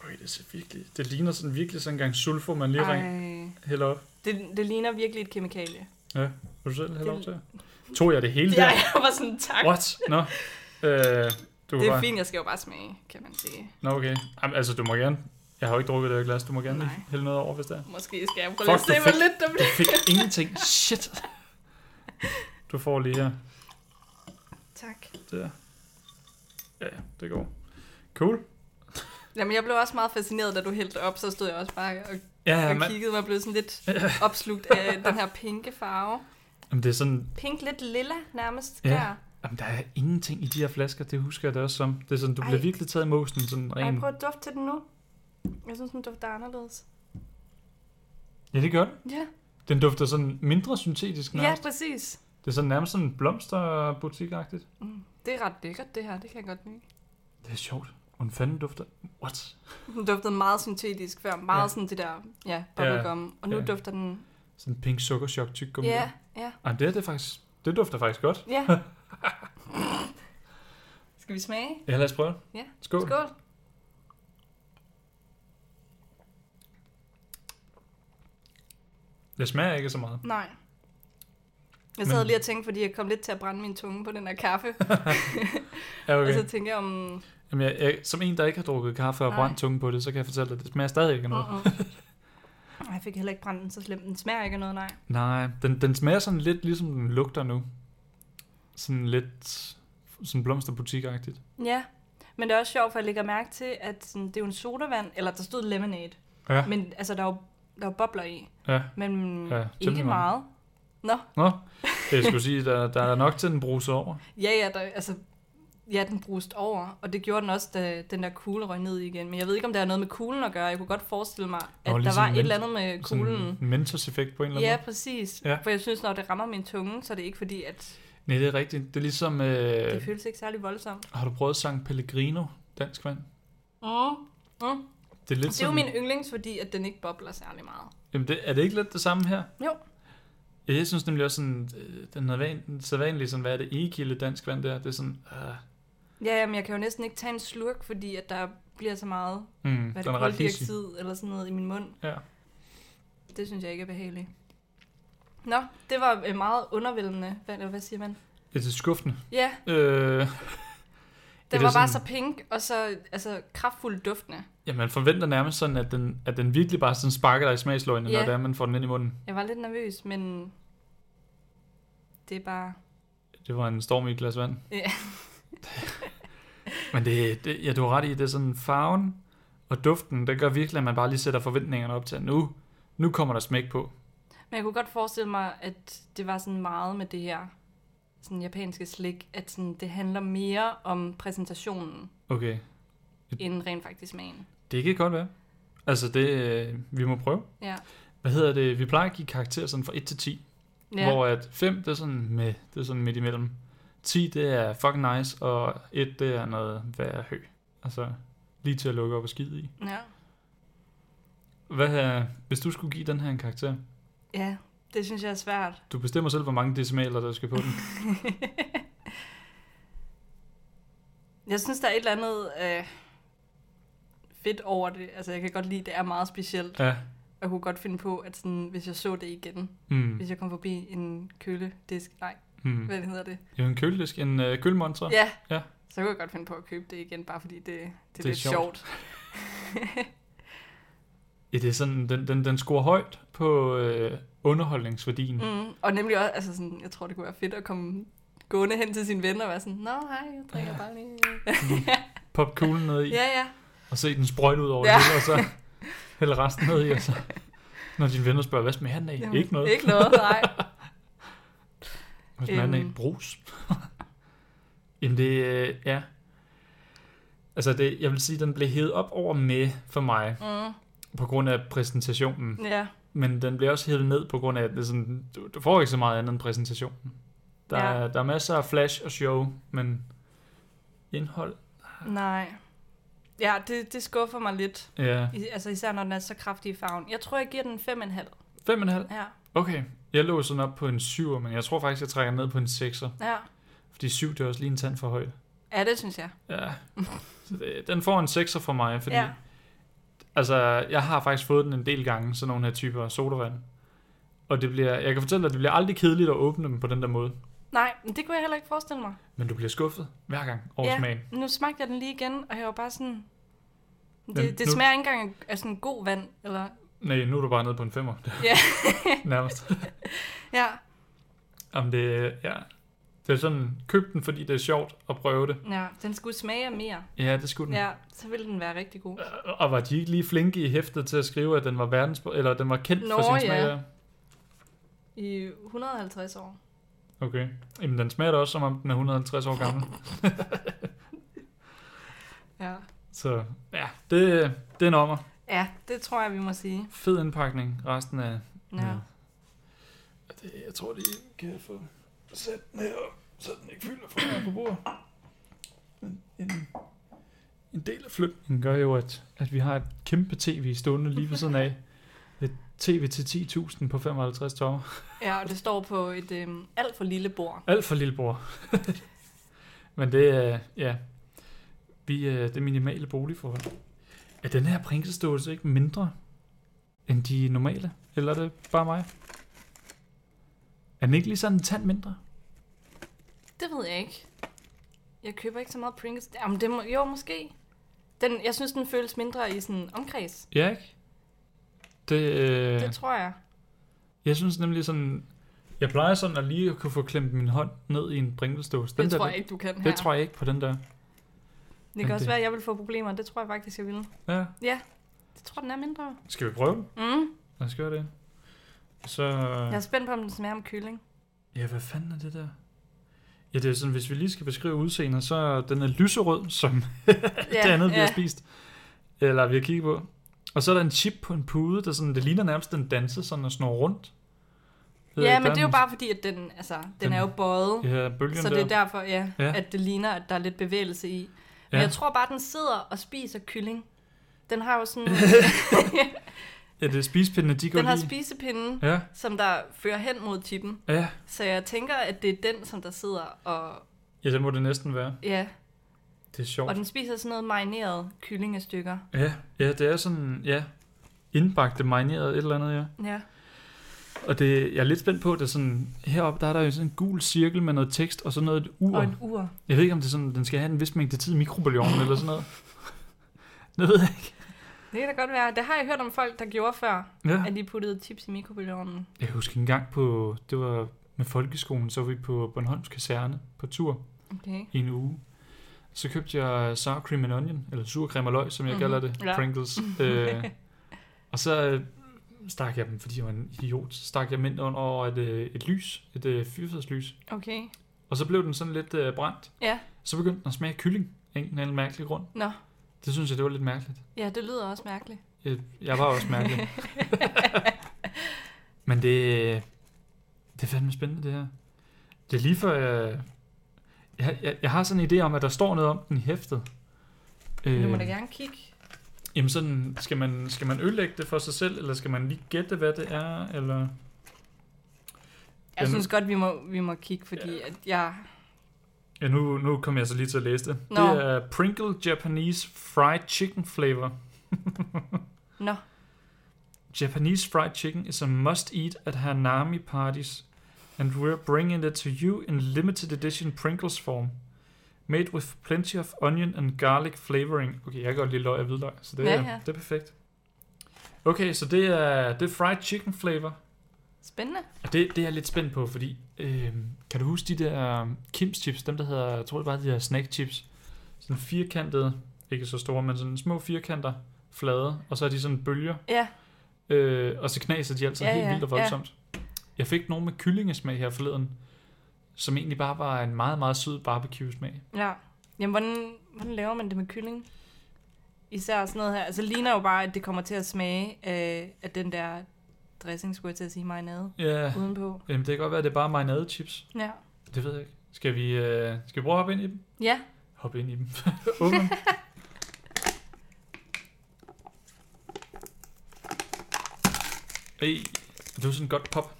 A: Øj, det ser virkelig, det ligner sådan virkelig sådan en gang sulfo, man lige ringer,
B: Ej.
A: hælder op.
B: Det, det ligner virkelig et kemikalie.
A: Vil du selv hælde op
B: Det-
A: til? Tog jeg det hele
B: Ja,
A: der?
B: jeg var sådan, tak.
A: What? Nå. Øh, du
B: Det
A: var-
B: er fint, jeg skal jo bare smage, kan man sige.
A: Nå, okay. Jamen, altså, du må gerne. Jeg har jo ikke drukket det her glas. Du må gerne
B: Nej.
A: lige hælde noget over, hvis det er.
B: Måske skal jeg
A: Fuck,
B: prøve at se,
A: du
B: hvor
A: fik-
B: lidt der
A: Du
B: bliver.
A: fik ingenting. Shit. Du får lige her.
B: Tak.
A: Der. Ja, ja, det går. Cool.
B: Jamen, jeg blev også meget fascineret, da du hældte op, så stod jeg også bare og,
A: Ja, ja,
B: og
A: man,
B: kiggede mig og blev sådan lidt opslugt af den her pinke farve.
A: jamen, det er sådan,
B: Pink, lidt lilla nærmest.
A: Ja.
B: Ja. Der.
A: jamen, der er ingenting i de her flasker, det husker jeg det også som. Det er sådan, du
B: Ej.
A: bliver virkelig taget i mosen, sådan
B: Ej,
A: ren.
B: prøv at dufte til den nu. Jeg synes, den dufter anderledes.
A: Ja, det gør den.
B: Ja,
A: Den dufter sådan mindre syntetisk
B: ja
A: nærmest.
B: præcis.
A: Det Det er sådan nærmest sådan en blomsterbutik-agtigt.
B: Mm. Det er ret lækkert, det her. Det kan jeg godt lide.
A: Det er sjovt. Hun fanden dufter... What?
B: Den duftede meget syntetisk før. Meget
A: Ja.
B: ja. sådan det der ja, bubblegum. Og nu
A: Ja.
B: ja. dufter den...
A: Sådan en pink sukkerchok tyk gummi.
B: Ja, ja,
A: Ej, det, her, det, er faktisk, det dufter faktisk godt.
B: ja. Skal vi smage?
A: Ja, lad os prøve.
B: Ja.
A: Skål. Skål.
B: Skål.
A: Det smager ikke så meget.
B: Nej. Jeg sad
A: Men-
B: lige og tænkte, fordi jeg kom lidt til at brænde min tunge på den her kaffe.
A: Ja,
B: Okay. Og
A: okay.
B: så tænkte jeg om...
A: Jamen, jeg, jeg, som en, der ikke har drukket kaffe og
B: Nej.
A: brændt tungen på det, så kan jeg fortælle dig, at det smager stadig ikke af noget.
B: Uh-uh. Ej, Jeg fik heller ikke brændt den så slemt. Den smager ikke af noget, nej.
A: Nej, den, den smager sådan lidt ligesom den lugter nu. Sådan lidt sådan blomsterbutik-agtigt.
B: Ja, men det er også sjovt, for jeg lægger mærke til, at sådan, det er jo en sodavand, eller der stod lemonade,
A: Ja,
B: men altså, der er jo, der er jo bobler i,
A: ja.
B: men
A: Ja,
B: ja,
A: temmelig
B: ikke meget.
A: Nå, jeg skulle sige, der, der er nok til, den bruser over.
B: Ja, ja, der, altså, ja, den bruste over, og det gjorde den også, da den der kugle røg ned igen. Men jeg ved ikke, om det har noget med kuglen at gøre. Jeg kunne godt forestille mig, at der
A: ligesom
B: var et
A: en
B: eller andet med kuglen.
A: Sådan en mentos-effekt på en eller anden
B: Ja,
A: måde.
B: præcis.
A: Ja.
B: Ja. For jeg synes, når det rammer min tunge, så er det ikke fordi, at
A: Nej, det er rigtigt. Det er ligesom...
B: det
A: Øh,
B: føles ikke særlig voldsomt.
A: har du prøvet San Pellegrino, dansk vand?
B: Mm. Mm.
A: Det er lidt
B: Det er jo min yndlings, fordi at den ikke bobler særlig meget.
A: Jamen, det, er det ikke lidt det samme her?
B: Jo.
A: Ja, Jeg synes nemlig også sådan, øh, den advan- den sædvanlige, sådan, hvad er det, egekilde dansk vand der, det er sådan, øh,
B: Ja, men jeg kan jo næsten ikke tage en slurk, fordi at der bliver så meget
A: mm,
B: hvad
A: den
B: er
A: er ret
B: det,
A: hissig.
B: koldioxid eller sådan noget i min mund.
A: Ja.
B: Det synes jeg ikke er behageligt. Nå, det var øh, meget undervældende. Hvad, eller hvad siger man?
A: Det er skuffende.
B: Ja,
A: Øh,
B: den
A: det
B: var
A: sådan-
B: bare så pink og så altså, kraftfuldt duftende.
A: ja, man forventer nærmest sådan, at den, at den virkelig bare sådan sparker dig i smagsløgene,
B: Ja.
A: når det er, man får den ind i munden.
B: Jeg var lidt nervøs, men det er bare...
A: Det var en storm i et glas vand.
B: Ja.
A: Men det, det, ja, du har ret i, det er sådan farven og duften, der gør virkelig, at man bare lige sætter forventningerne op til, at nu, nu kommer der smæk på.
B: Men jeg kunne godt forestille mig, at det var sådan meget med det her sådan japanske slik, at sådan, det handler mere om præsentationen,
A: Okay,
B: end rent faktisk smagen.
A: det kan godt være. Altså, det, øh, vi må prøve.
B: Ja.
A: Hvad hedder det? Vi plejer at give karakterer sådan fra 1 til 10. Ja.
B: ja.
A: Hvor at 5, det er sådan med, det er sådan midt imellem. 10, det er fucking nice, og 1, det er noget værd hø. Altså, lige til at lukke op og skide i.
B: ja.
A: Hvad her, hvis du skulle give den her en karakter,
B: Ja, det synes jeg er svært.
A: du bestemmer selv, hvor mange decimaler, der skal på den.
B: Jeg synes, der er et eller andet øh, fedt over det. Altså, jeg kan godt lide, det er meget specielt.
A: Ja.
B: Jeg kunne godt finde på, at sådan, hvis jeg så det igen,
A: Mm.
B: hvis jeg kom forbi en køledisk, nej,
A: Mm.
B: hvad hedder det?
A: Jo, en køledisk, en øh, kølmontre. Ja.
B: Ja,
A: Ja.
B: så kunne jeg godt finde på at købe det igen, bare fordi det, det, er,
A: Det er
B: lidt
A: sjovt.
B: sjovt.
A: ja. Det er sådan, den, den, den scorer højt på øh, underholdningsværdien. Mm.
B: Mm. Og nemlig også, altså sådan, jeg tror, det kunne være fedt at komme gående hen til sin ven og være sådan, Nå, hej, jeg drikker
A: Ja.
B: bare lige.
A: Pop kuglen ned i,
B: ja, ja.
A: og se den sprøjte ud over ja.
B: Ja.
A: det, hele, og så hælde resten ned i, og så... Når dine venner spørger, hvad smager den af?
B: Jamen,
A: ikke noget.
B: Ikke noget, nej.
A: Hvis man er
B: Øhm.
A: en brus. Jamen det øh, ja. Altså det, jeg vil sige, den blev hævet op over med for mig,
B: Mm.
A: på grund af præsentationen.
B: Ja.
A: Men den blev også hævet ned på grund af, at det er sådan, du, du får ikke så meget andet end præsentationen. Der, ja.
B: Ja.
A: er, der er masser af flash og show, men indhold,
B: Nej. Ja, det, det skuffer mig lidt.
A: ja.
B: I, altså især når den er så kraftig i farven. Jeg tror, jeg giver den 5,5.
A: 5,5.
B: Ja,
A: Okay, jeg lå sådan op på en 7, men jeg tror faktisk, jeg trækker ned på en 6'er.
B: ja.
A: Fordi 7, det er også lige en tand for højt.
B: Ja, det synes jeg.
A: Ja. Så det, den får en 6'er for mig, fordi
B: Ja.
A: Altså, jeg har faktisk fået den en del gange, sådan nogle her typer sodavand. Og det bliver, jeg kan fortælle dig, det bliver aldrig kedeligt at åbne dem på den der måde.
B: Nej, men det kunne jeg heller ikke forestille mig.
A: Men du bliver skuffet hver gang over ja.
B: Ja.
A: smagen.
B: Nu smagte jeg den lige igen, og jeg var bare sådan...
A: Men
B: Det, det
A: nu-
B: smager ikke engang af- af sådan god vand, eller...
A: Nej, nu er du bare nede på en femmer.
B: Ja.
A: Nærmest.
B: Ja,
A: Jamen det, ja. Det er sådan, køb den, fordi det er sjovt at prøve det.
B: ja. Den skulle smage af mere.
A: Ja, det skulle den.
B: Ja, så ville den være rigtig god.
A: Øh, Og var de ikke lige flinke i hæftet til at skrive, at den var verdens, eller den var kendt for
B: Nå,
A: sin
B: ja.
A: smag? Ja.
B: I 150 år.
A: Okay. Jamen, den smager da også, som om den er 150 år gammel.
B: Ja.
A: Så ja, det, det er en ommer.
B: Ja, det tror jeg, vi må sige.
A: Fed indpakning resten af
B: Ja.
A: Jeg tror, det kan få Sæt den her op, så den ikke fylder for meget på bordet. En, en, en del af flytningen gør jo, at, at vi har et kæmpe tv stående lige ved siden af. Et tv til 10.000 på 55 tommer.
B: Ja, og det står på et øhm, alt for lille bord.
A: Alt for lille bror. Men det er, ja, vi er det minimale boligforhold. Er den her prinseståelse ikke mindre end de normale? Eller er det bare mig? Er den ikke lige sådan en tand mindre?
B: Det ved jeg ikke. Jeg køber ikke så meget Pringles. Jamen, det må, jo, måske. Den, jeg synes, den føles mindre i sådan omkreds.
A: Ja, ikke? Det, øh,
B: Ja. Det tror jeg.
A: jeg synes nemlig sådan... Jeg plejer sådan at lige kunne få klemt min hånd ned i en pringlestås.
B: Den det
A: der,
B: tror jeg ikke, du kan her.
A: Det tror jeg ikke på den der.
B: det kan
A: men
B: også
A: det-
B: være, at jeg vil få problemer. Det tror jeg faktisk, jeg vil.
A: Ja,
B: Ja, det tror den er mindre.
A: skal vi prøve den?
B: Mm.
A: Lad os gøre det. Så...
B: Jeg er spændt på, om den smager om kylling.
A: Ja, hvad fanden er det der? Ja, det er sådan, hvis vi lige skal beskrive udseendet, så er den er lyserød, som ja, Øh, det andet, vi har spist. Eller vi har kigget på. Og så er der en chip på en pude, der sådan, det ligner nærmest, den danser sådan og snor rundt. Øh,
B: Ja,
A: der
B: men det er jo
A: en-
B: bare fordi, at den, altså, den,
A: Den-
B: den er jo bøjet.
A: Ja, bølgen
B: Så
A: der.
B: det er derfor, ja,
A: Ja.
B: ja, at det ligner, at der er lidt bevægelse i.
A: Ja.
B: Men jeg tror bare, den sidder og spiser kylling. Den har jo sådan,
A: Ja, det er spisepindene, de går
B: den har
A: lige...
B: spisepinden,
A: Ja,
B: som der fører hen mod chippen.
A: ja.
B: Så jeg tænker, at det er den, som der sidder og...
A: Ja, det må det næsten være.
B: Ja,
A: Det er sjovt.
B: og den spiser sådan noget marineret kyllingestykker.
A: Ja, ja, det er sådan, ja, indbagte, marineret, et eller andet, ja.
B: Ja.
A: Og det, jeg er lidt spændt på, at det er sådan, heroppe, der er der jo sådan en gul cirkel med noget tekst, og sådan noget et ur.
B: Og et ur.
A: Jeg ved ikke, om det er sådan, den skal have en vis mængde tid i mikrobølgeovnen eller sådan noget. Det ved jeg ikke.
B: Det kan da godt være. Det har jeg hørt om folk, der gjorde før,
A: Ja.
B: at de puttede chips i mikrobølgeovnen.
A: Jeg husker en gang på, det var med folkeskolen, så var vi på Bornholms kaserne på tur
B: Okay.
A: i en uge. Så købte jeg sour cream and onion, eller sur creme og løg, som jeg mm-hmm.
B: Mhm,
A: kalder det, ja.
B: ja.
A: Pringles. øh, og så øh, stak jeg dem, fordi jeg var en idiot, så stak jeg dem ind under over et, øh, et lys, et øh, fyrfadslys.
B: Okay.
A: Og så blev den sådan lidt øh, brændt.
B: Ja.
A: Så begyndte den at smage af kylling af en eller anden mærkelig grund.
B: Nå.
A: Det synes jeg, det var lidt mærkeligt.
B: Ja, det lyder også mærkeligt.
A: Jeg, jeg var også mærkelig. Men det, øh, det er fandme spændende, det her. Det er lige før, jeg, jeg, jeg, jeg har sådan en idé om, at der står noget om den i hæftet.
B: Øh. Du må da gerne kigge.
A: jamen sådan, skal man, skal man ødelægge det for sig selv, eller skal man lige gætte, hvad det er, eller...
B: Jeg
A: Den-
B: synes godt, vi må, vi må kigge, fordi ja. at jeg...
A: Ja, nu, nu kommer jeg så lige til at læse det.
B: Nå.
A: Det er Pringle Japanese Fried Chicken Flavor.
B: Nå,
A: Japanese fried chicken is a must eat at Hanami parties, and we're bringing it to you in limited edition Pringles form. Made with plenty of onion and garlic flavoring. Okay, jeg kan godt lide løg og hvidløg, så det,
B: Ja,
A: ja,
B: ja.
A: det er perfekt. Okay, så det er, det er fried chicken flavor.
B: spændende.
A: Og det, det er jeg lidt spændt på, fordi øh, kan du huske de der øhm, Kims chips, dem der hedder, jeg tror det var de her snack chips, sådan firkantede, ikke så store, men sådan små firkanter, flade, og så er de sådan bølger,
B: Ja,
A: Øh, og så knaser de altså ja,
B: Ja,
A: helt
B: ja,
A: vildt og
B: ja.
A: voldsomt. Ja. Jeg fik nogen med kyllingesmag her forleden, som egentlig bare var en meget, meget sød barbecue-smag.
B: ja. Jamen, hvordan, hvordan laver man det med kylling? Især sådan noget her. Altså, det ligner jo bare, at det kommer til at smage af, af den der dressing, skulle jeg til at sige, marinade
A: Ja,
B: udenpå.
A: jamen, det kan godt være, at det er bare marinadechips.
B: Ja.
A: Det ved jeg ikke. Skal vi, øh, skal vi prøve at hoppe ind i dem?
B: Ja,
A: Hoppe ind i dem. Åbne dem. Ej, det var sådan et godt pop.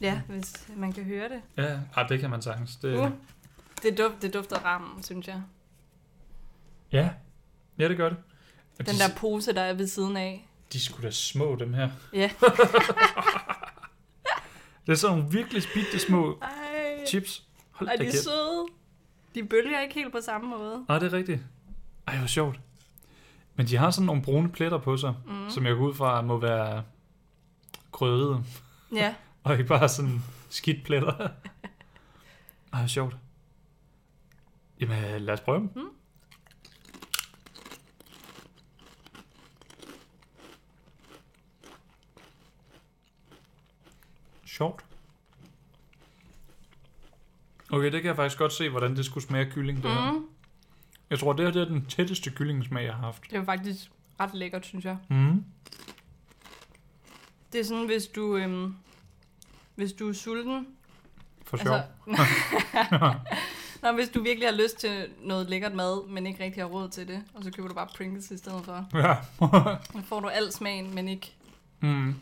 B: ja, hvis man kan høre det.
A: Ja, ah, det kan man sagtens. Det,
B: Uh. Det, duft, det dufter rammen, synes jeg.
A: Ja. ja, det gør det. Og
B: Den
A: de,
B: der pose, der er ved siden af.
A: De skulle da små, dem her.
B: Ja.
A: det er sådan nogle virkelig spidte små
B: Ej,
A: chips. Hold
B: er
A: da
B: de
A: kæft.
B: søde? De bølger ikke helt på samme måde.
A: Nej, det er rigtigt. Ej, hvor sjovt. Men de har sådan nogle brune pletter på sig, mm. som jeg går ud fra må være krødede,
B: Ja,
A: og ikke bare sådan skidt pletter. Ej, hvor sjovt. Jamen, øh, lad os prøve dem. Mm. Sjovt. Okay, det kan jeg faktisk godt se, hvordan det skulle smage af kylling, det her.
B: mm.
A: Jeg tror, det her det er den tætteste kyllingesmag, jeg har haft.
B: det var faktisk ret lækkert, synes jeg.
A: Mm.
B: Det er sådan, hvis du, øhm, hvis du er sulten,
A: For sjov. Altså...
B: Nå, hvis du virkelig har lyst til noget lækkert mad, men ikke rigtig har råd til det, og så køber du bare Pringles i stedet for.
A: Ja.
B: Så får du al smagen, men ikke,
A: mm.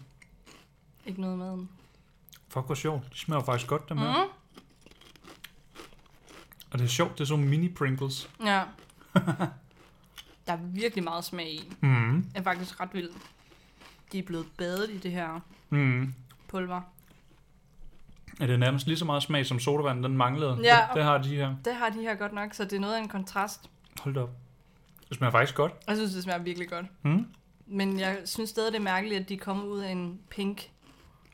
B: ikke noget af maden.
A: Fuck, hvor sjovt. De smager faktisk godt, dem her. Mm.
B: Mhm.
A: Og det er sjovt, det er sådan mini Pringles.
B: Ja. Der er virkelig meget smag i.
A: Mm.
B: Det er faktisk ret vildt. De er blevet badet i det her
A: Mm.
B: pulver.
A: Er det nærmest lige så meget smag, som sodavand, den manglede?
B: Ja.
A: Det, det har de her.
B: Det har de her godt nok, så det er noget af en kontrast.
A: Hold da op. Det smager faktisk godt.
B: Jeg synes, det smager virkelig godt.
A: Mm.
B: Men jeg synes stadig, det er mærkeligt, at de kommer ud af en pink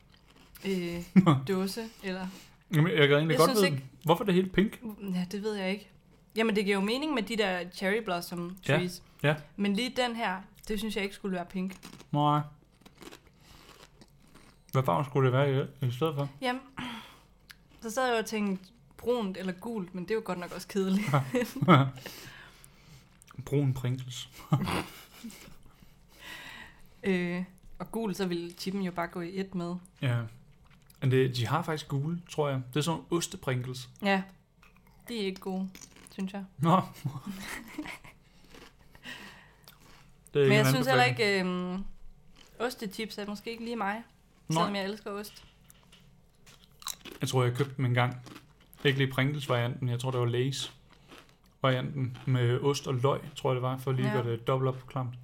B: øh, dåse. Eller,
A: Jamen, jeg kan egentlig
B: Jeg
A: godt
B: synes
A: vide, ikke... hvorfor er det helt pink?
B: ja, det ved jeg ikke. Jamen, det giver jo mening med de der cherry blossom trees.
A: ja.
B: Men lige den her, det synes jeg ikke skulle være pink.
A: Nej. Hvad farve skulle det være i, i stedet for?
B: Jamen, så sad jeg jo og tænkte brunt eller gult, men det er jo godt nok også kedeligt.
A: Brun Pringles.
B: øh, og gul, så ville chippen jo bare gå i et med.
A: Ja. Men det, de har faktisk gule, tror jeg. Det er sådan ostepringles.
B: Ja, de er ikke gode, synes jeg.
A: Nå. det er
B: Men jeg
A: en
B: synes heller
A: anbefaling.
B: ikke, øh, ostechips er måske ikke lige mig, selvom
A: Nej,
B: jeg elsker ost.
A: jeg tror, jeg købte dem en gang. Ikke lige Pringles-varianten, jeg tror, det var Lay's varianten med ost og løg, tror jeg det var, for lige at
B: Ja.
A: gøre det dobbelt op klamt.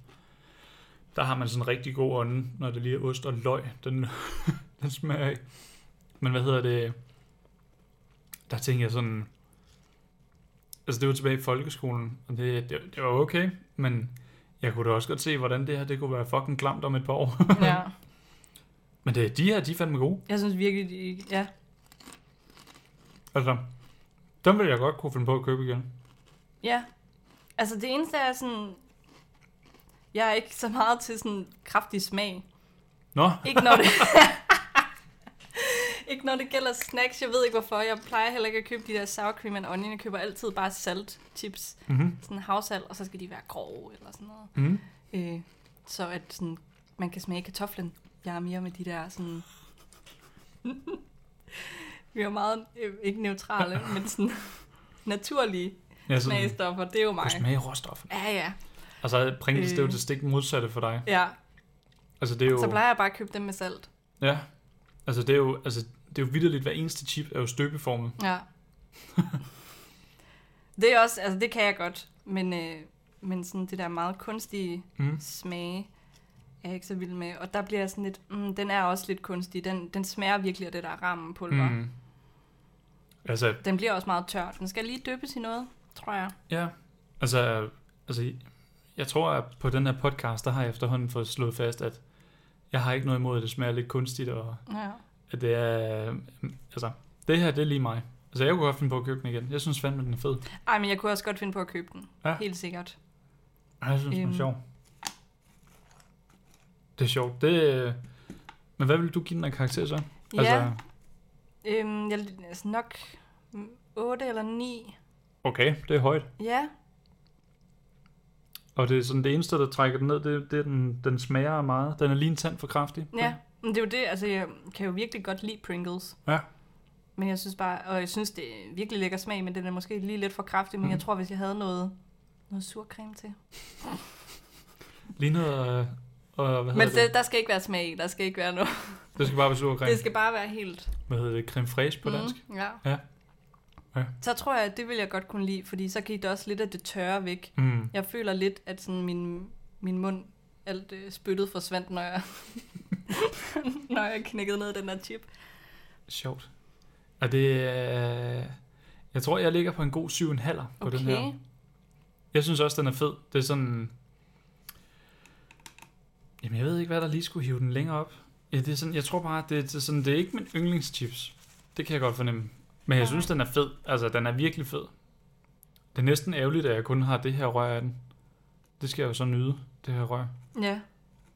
A: Der har man sådan en rigtig god ånde, når det lige er ost og løg. Den, den smager ikke. Men hvad hedder det? Der tænker jeg sådan... Altså, det var tilbage i folkeskolen, og det, det, det var okay, men jeg kunne da også godt se, hvordan det her det kunne være fucking klamt om et par år.
B: ja.
A: Men det, de her, de er fandme gode.
B: Jeg synes virkelig, de, ja.
A: Altså, dem ville jeg godt kunne finde på at købe igen.
B: Ja. Altså det eneste er sådan, jeg er ikke så meget til sådan kraftig smag.
A: Nå,
B: Ikke når det... ikke når det gælder snacks, jeg ved ikke hvorfor. Jeg plejer heller ikke at købe de der sour cream and onion. Jeg køber altid bare salt chips,
A: mm-hmm.
B: sådan havsalt, og så skal de være grove eller sådan noget.
A: Mm.
B: Øh, så at sådan, man kan smage kartoflen. Jeg er mere med de der sådan... Vi er meget, øh, ikke neutrale, men sådan naturlige
A: Ja, sådan,
B: smagstoffer. Det er jo
A: kunne
B: mig.
A: smage råstoffet.
B: Ja, ja.
A: Altså, Pringles, det er jo
B: Øh.
A: det stik modsatte for dig.
B: Ja,
A: Altså, det er jo...
B: så plejer jeg bare at købe dem med salt.
A: Ja. Altså, det er jo, altså, det er jo vidderligt, hver eneste chip er jo støbeformet.
B: Ja. det er også, altså det kan jeg godt, men, øh, men sådan det der meget kunstige
A: Mm.
B: smage, er jeg ikke så vild med. Og der bliver jeg sådan lidt, mm, den er også lidt kunstig. Den, den smager virkelig af det der rammenpulver. Mm.
A: Mm. Altså,
B: Den bliver også meget tør. Den skal lige dyppes i noget, tror jeg.
A: ja. Altså, altså, jeg tror, at på den her podcast, der har jeg efterhånden fået slået fast, at jeg har ikke noget imod, at det smager lidt kunstigt, og
B: Ja.
A: at det er... Altså, det her, det er lige mig. Altså, jeg kunne godt finde på at købe den igen. Jeg synes fandme, den er fed.
B: Ej, men jeg kunne også godt finde på at købe den.
A: Ja.
B: Ja. Helt sikkert.
A: Ej, jeg synes, den er
B: Øhm.
A: sjov. Det er sjovt. Det, øh, men hvad vil du give den her karakter så?
B: Ja, altså... øhm, jeg altså nok 8 eller 9.
A: okay, det er højt.
B: Ja,
A: Og det er sådan det eneste, der trækker den ned, det, det er den, den smager af meget. Den er lige en tand for kraftig.
B: Ja, men det er jo det. Altså, jeg kan jo virkelig godt lide Pringles.
A: Ja.
B: Men jeg synes bare, og jeg synes, det er virkelig lækker smag, men den er måske lige lidt for kraftig, men
A: Mm.
B: jeg tror, hvis jeg havde noget, noget surcreme til.
A: Lige noget... Øh, og hvad
B: Men
A: hedder det?
B: det, der skal ikke være smag i, der skal ikke være noget.
A: Det skal bare være surkrem.
B: Det skal bare være helt...
A: Hvad hedder det? Creme fraîche på dansk?
B: Mm, ja.
A: Ja. Ja.
B: Så tror jeg, at det vil jeg godt kunne lide, fordi så gik det også lidt af det tørre væk.
A: Mm.
B: Jeg føler lidt, at sådan min, min mund alt øh, spyttet forsvandt, når jeg, når jeg knækkede ned i den der chip.
A: Sjovt. Og det øh, Jeg tror, jeg ligger på en god 7,5 på den her.
B: Okay.
A: Jeg synes også, den er fed. Det er sådan... Jamen, jeg ved ikke, hvad der lige skulle hive den længere op. Ja, det er sådan, jeg tror bare, det, det, er sådan, det er ikke min yndlingschips. Det kan jeg godt fornemme. Men jeg
B: Nej.
A: synes, den er fed. Altså, den er virkelig fed. Det er næsten ærgerligt, at jeg kun har det her rør af den. Det skal jeg jo så nyde, det her rør.
B: Ja.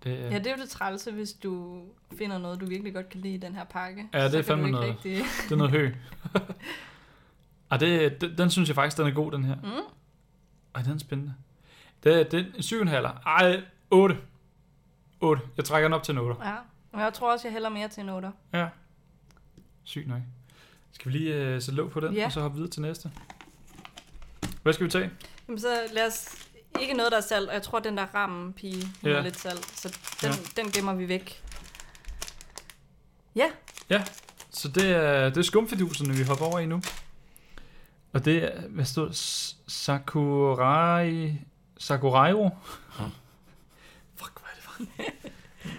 A: Det,
B: Ja, det er jo det trælse, hvis du finder noget, du virkelig godt kan lide i den her pakke.
A: Ja, det
B: Så
A: er
B: kan du
A: fandme
B: ikke
A: noget.
B: Rigtig...
A: det er noget hø. Og det, den, den synes jeg faktisk, den er god, den her.
B: Mm.
A: Ej, den er spændende. Det, den 7,5. Ej, 8. 8. Jeg trækker den op til en 8.
B: Ja. Men jeg tror også, jeg hælder mere til en otter.
A: Sygt nok. Skal vi lige øh, sætte låg på den,
B: Ja.
A: og så hoppe videre til næste? Hvad skal vi tage?
B: Jamen så lad os... Ikke noget, der er salt, og jeg tror, den der ramme pige,
A: Ja.
B: hun ja. er lidt salt, så den, ja. den gemmer vi væk. Ja,
A: Så det er, det er skumfiduserne, vi hopper over i nu. Og det er, hvad stod der? S- Sakurai... Sakurairo? Fuck, hvad er det for?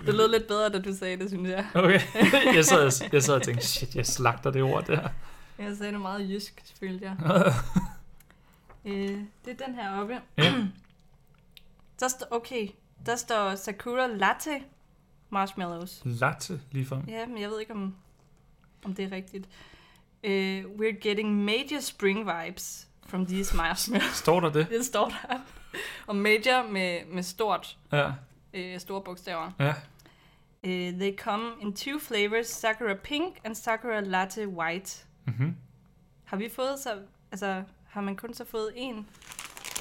B: det lød lidt bedre, da du sagde det, synes jeg.
A: Okay, jeg sad, jeg sad og tænkte, shit, jeg slagter det ord der.
B: Jeg sagde det meget jysk, følte jeg. øh, det er den her oppe.
A: Ja.
B: Der står, okay, der står Sakura Latte Marshmallows.
A: Latte lige for
B: Ja, men jeg ved ikke, om, om det er rigtigt. Øh, we're getting major spring vibes from these marshmallows.
A: Står der det?
B: det står der. Og major med, med stort,
A: Ja.
B: øh, store bogstaver.
A: Ja.
B: Øh, they come in two flavors, Sakura Pink and Sakura Latte White.
A: Mm-hmm.
B: Har vi fået så... Altså, har man kun så fået en?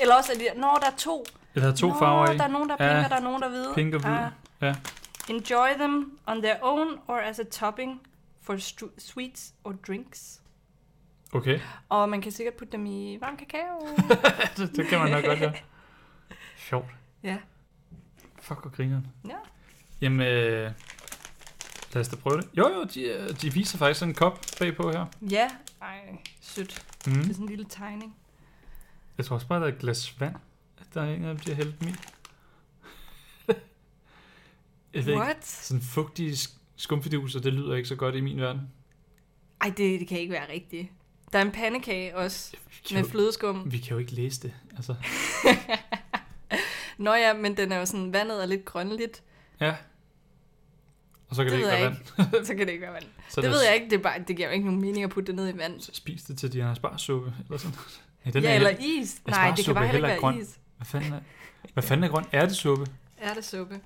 B: Eller også er de... Nå, der er to.
A: Jeg havde to
B: Nå,
A: farver i.
B: der er nogen, der er
A: Ja.
B: pink, ja. og der er nogen, der er hvide.
A: Pink og hvid.
B: Ah.
A: Ja.
B: Enjoy them on their own or as a topping for stru- sweets or drinks.
A: Okay,
B: Og man kan sikkert putte dem i varm kakao.
A: det, det kan man nok godt gøre. Sjovt.
B: ja.
A: Fuck, hvor grineren.
B: Ja.
A: Jamen, øh, lad os da prøve det. Jo, jo, de, øh, de viser faktisk sådan en kop bagpå her.
B: Ja. Ej, sødt. Det er
A: Mm.
B: sådan en lille tegning.
A: Jeg tror også bare, der er et glas vand, at der er en af dem, de har hældt dem i. Jeg ved ikke,
B: What?
A: sådan fugtige sk- skumfiduser, det lyder ikke så godt i min verden.
B: Ej, det, det kan ikke være rigtigt. Der er en pandekage også
A: Vi kan,
B: med
A: jo,
B: flødeskum.
A: vi kan jo ikke læse det, altså.
B: Nå ja, men den er jo sådan, vandet er lidt grønligt.
A: Ja. Og så kan det, ikke
B: Det ved
A: være
B: jeg
A: vand.
B: Så kan det ikke være vand.
A: Så lad
B: det
A: os-
B: ved jeg ikke, det, er bare, det giver jo ikke nogen mening at putte det ned i vand.
A: Så spis det til din asparsuppe, eller sådan noget. Ja, den
B: Den ja,
A: er,
B: eller is.
A: Jeg
B: Nej,
A: sparer
B: det kan
A: suppe
B: bare
A: heller
B: heller ikke
A: ikke
B: være
A: grøn.
B: is.
A: Hvad fanden er, hvad fanden er grøn? Er det suppe?
B: Er det suppe?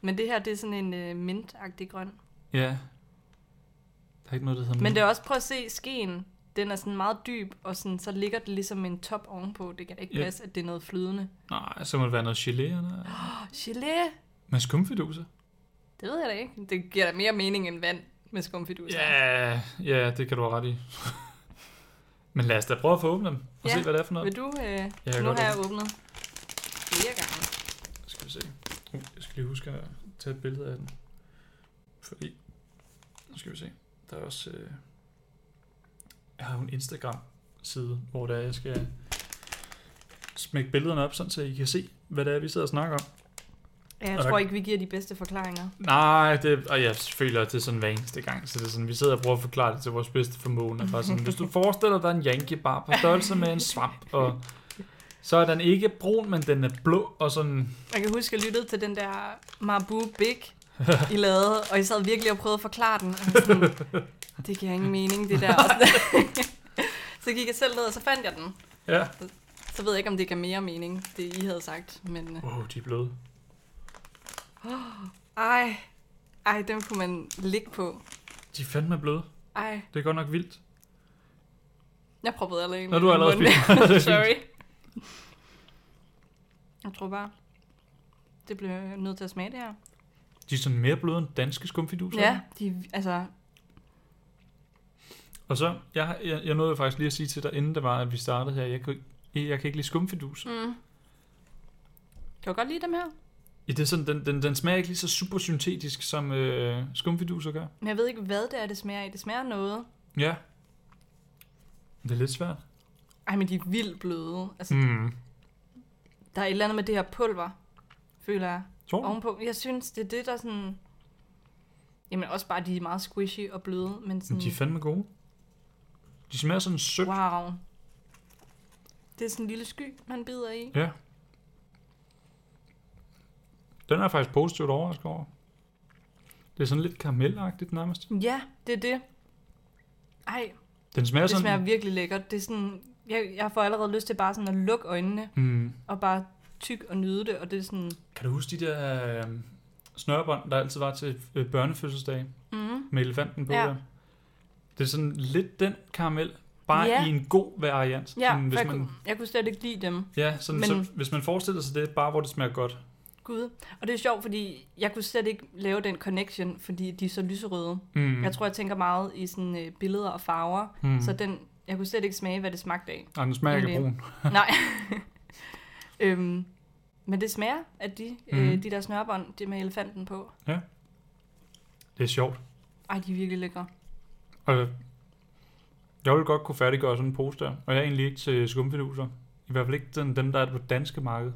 B: Men det her, det er sådan en øh, mintagtig grøn.
A: Ja. Der er ikke noget, der hedder
B: Men det er også, prøv at se skeen. Den er sådan meget dyb, og sådan, så ligger det ligesom en top ovenpå. Det kan da ikke
A: Ja.
B: passe, at det er noget flydende.
A: Nej, så må det være noget gelé eller noget.
B: Oh, gelé!
A: Men skumfiduser?
B: Det ved jeg da ikke. Det giver da mere mening end vand med skumfiduser.
A: Ja, ja, det kan du have ret i. Men lad os da prøve at få åbnet dem, og
B: Ja.
A: se, hvad det er for noget.
B: Vil du? Øh,
A: kan
B: nu
A: godt
B: har jeg åbnet flere gange.
A: Skal vi se. Uh, jeg skal lige huske at tage et billede af den. Fordi, nu skal vi se. Der er også, øh, jeg har jo en Instagram-side, hvor der jeg skal smække billederne op, sådan så I kan se, hvad det er, vi sidder og snakker om.
B: Ja, jeg
A: Og der-
B: tror ikke, vi giver de bedste forklaringer.
A: Nej, det, og jeg føler, at det er sådan hver eneste gang, så det er sådan, vi sidder og prøver at forklare det til vores bedste formåen. Og bare sådan, hvis du forestiller dig en jankebar på størrelse med en svamp, og så er den ikke brun, men den er blå, og sådan,
B: Jeg kan huske, jeg lyttede til den der Mabu Big, I lavede, og I sad virkelig og prøvede at forklare den. Og jeg var sådan, det giver ingen mening, det der. Og sådan- så gik jeg selv ned, og så fandt jeg den.
A: ja.
B: Så ved jeg ikke, om det gav mere mening, det I havde sagt. Men øh,
A: Wow, de er bløde.
B: ej, ej, dem kunne man ligge på.
A: De er fandme bløde.
B: Ej,
A: Det er godt nok vildt.
B: jeg proppede allerede en.
A: Når du har
B: i
A: allerede
B: munden.
A: spist. Det er fint.
B: Sorry. Jeg tror bare, det blev jeg nødt til at smage det her.
A: De er sådan mere bløde end danske skumfiduser.
B: Ja, de, altså,
A: Og så, jeg, jeg, jeg nåede faktisk lige at sige til dig, inden det var, at vi startede her, jeg kan, ikke- jeg kan ikke lide skumfiduser.
B: mm. Kan du godt lide dem her?
A: Ja, det er sådan, den, den, den smager ikke lige så super syntetisk, som øh, skumfiduser gør.
B: Men jeg ved ikke, hvad det er, det smager af. Det smager af noget.
A: Ja. Det er lidt svært.
B: Ej, men de er vildt bløde. Altså, mm.
A: Mm.
B: Der er et eller andet med det her pulver, føler jeg.
A: Tror du?
B: Ovenpå. Jeg synes, det er det, der sådan... Jamen også bare, de er meget squishy og bløde, men sådan...
A: Men De er fandme gode. De smager sådan sødt. Wow.
B: wow. Det er sådan en lille sky, man bider i.
A: Ja. Den er jeg faktisk positivt overrasket over. Det er sådan lidt karamelagtigt nærmest.
B: Ja, det er det. Ej,
A: Den smager
B: det
A: sådan...
B: smager virkelig lækkert. Det er sådan... Jeg, jeg får allerede lyst til bare sådan at lukke øjnene
A: Mm.
B: og bare tyk og nyde det, og det er sådan...
A: Kan du huske de der øh, snørbånd, der altid var til øh, børnefødselsdage
B: Mm,
A: med elefanten på?
B: Ja.
A: Der? Det er sådan lidt den karamel, bare
B: Ja.
A: i en god variant.
B: ja,
A: sådan,
B: for
A: hvis
B: jeg,
A: man,
B: kunne, jeg kunne slet ikke lide dem.
A: ja sådan,
B: Men-
A: så, hvis man forestiller sig det, bare hvor det smager godt.
B: Gud. Og det er sjovt, fordi jeg kunne slet ikke lave den connection, fordi de er så lyserøde.
A: Mm.
B: Jeg tror, jeg tænker meget i sådan øh, billeder og farver,
A: mm.
B: mm. så den, jeg kunne slet ikke smage, hvad det smagte af.
A: Ej, den smager ikke af brun.
B: Nej. øhm, men det smager, at de, mm.
A: Mhm.
B: øh, de der snørbånd, det med elefanten på.
A: Det er sjovt.
B: Ej, de er virkelig lækre.
A: Altså, jeg vil godt kunne færdiggøre sådan en pose der, og jeg er egentlig ikke til skumfiduser. I hvert fald ikke den, dem, der er på det danske marked.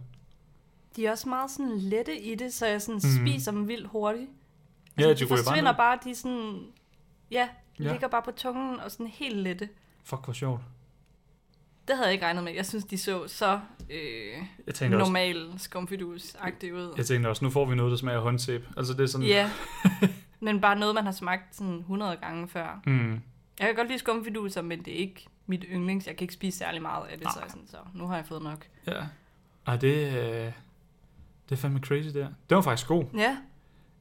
B: De er også meget sådan lette i det, så jeg sådan
A: Mhm.
B: mm. spiser dem vildt hurtigt.
A: Ja, de
B: de
A: ryger bare
B: forsvinder
A: ned.
B: bare, de er sådan... Ja, de
A: Ja.
B: ja. ligger bare på tungen og sådan helt lette.
A: Fuck, hvor sjovt.
B: Det havde jeg ikke regnet med. Jeg synes, de så så øh,
A: Jeg tænkte, også,
B: normal skumfidus-agtige ud.
A: jeg tænkte også, nu får vi noget, der smager af håndsæbe. Altså, det er sådan...
B: Ja, men bare noget, man har smagt sådan 100 gange før.
A: Mm,
B: Jeg kan godt lide skumfiduser, men det er ikke mit yndlings. Jeg kan ikke spise særlig meget af det, så,
A: Nej.
B: jeg er sådan, så nu har jeg fået nok.
A: ja. Ej, det, øh, det er fandme crazy, der. Den var faktisk god.
B: Ja,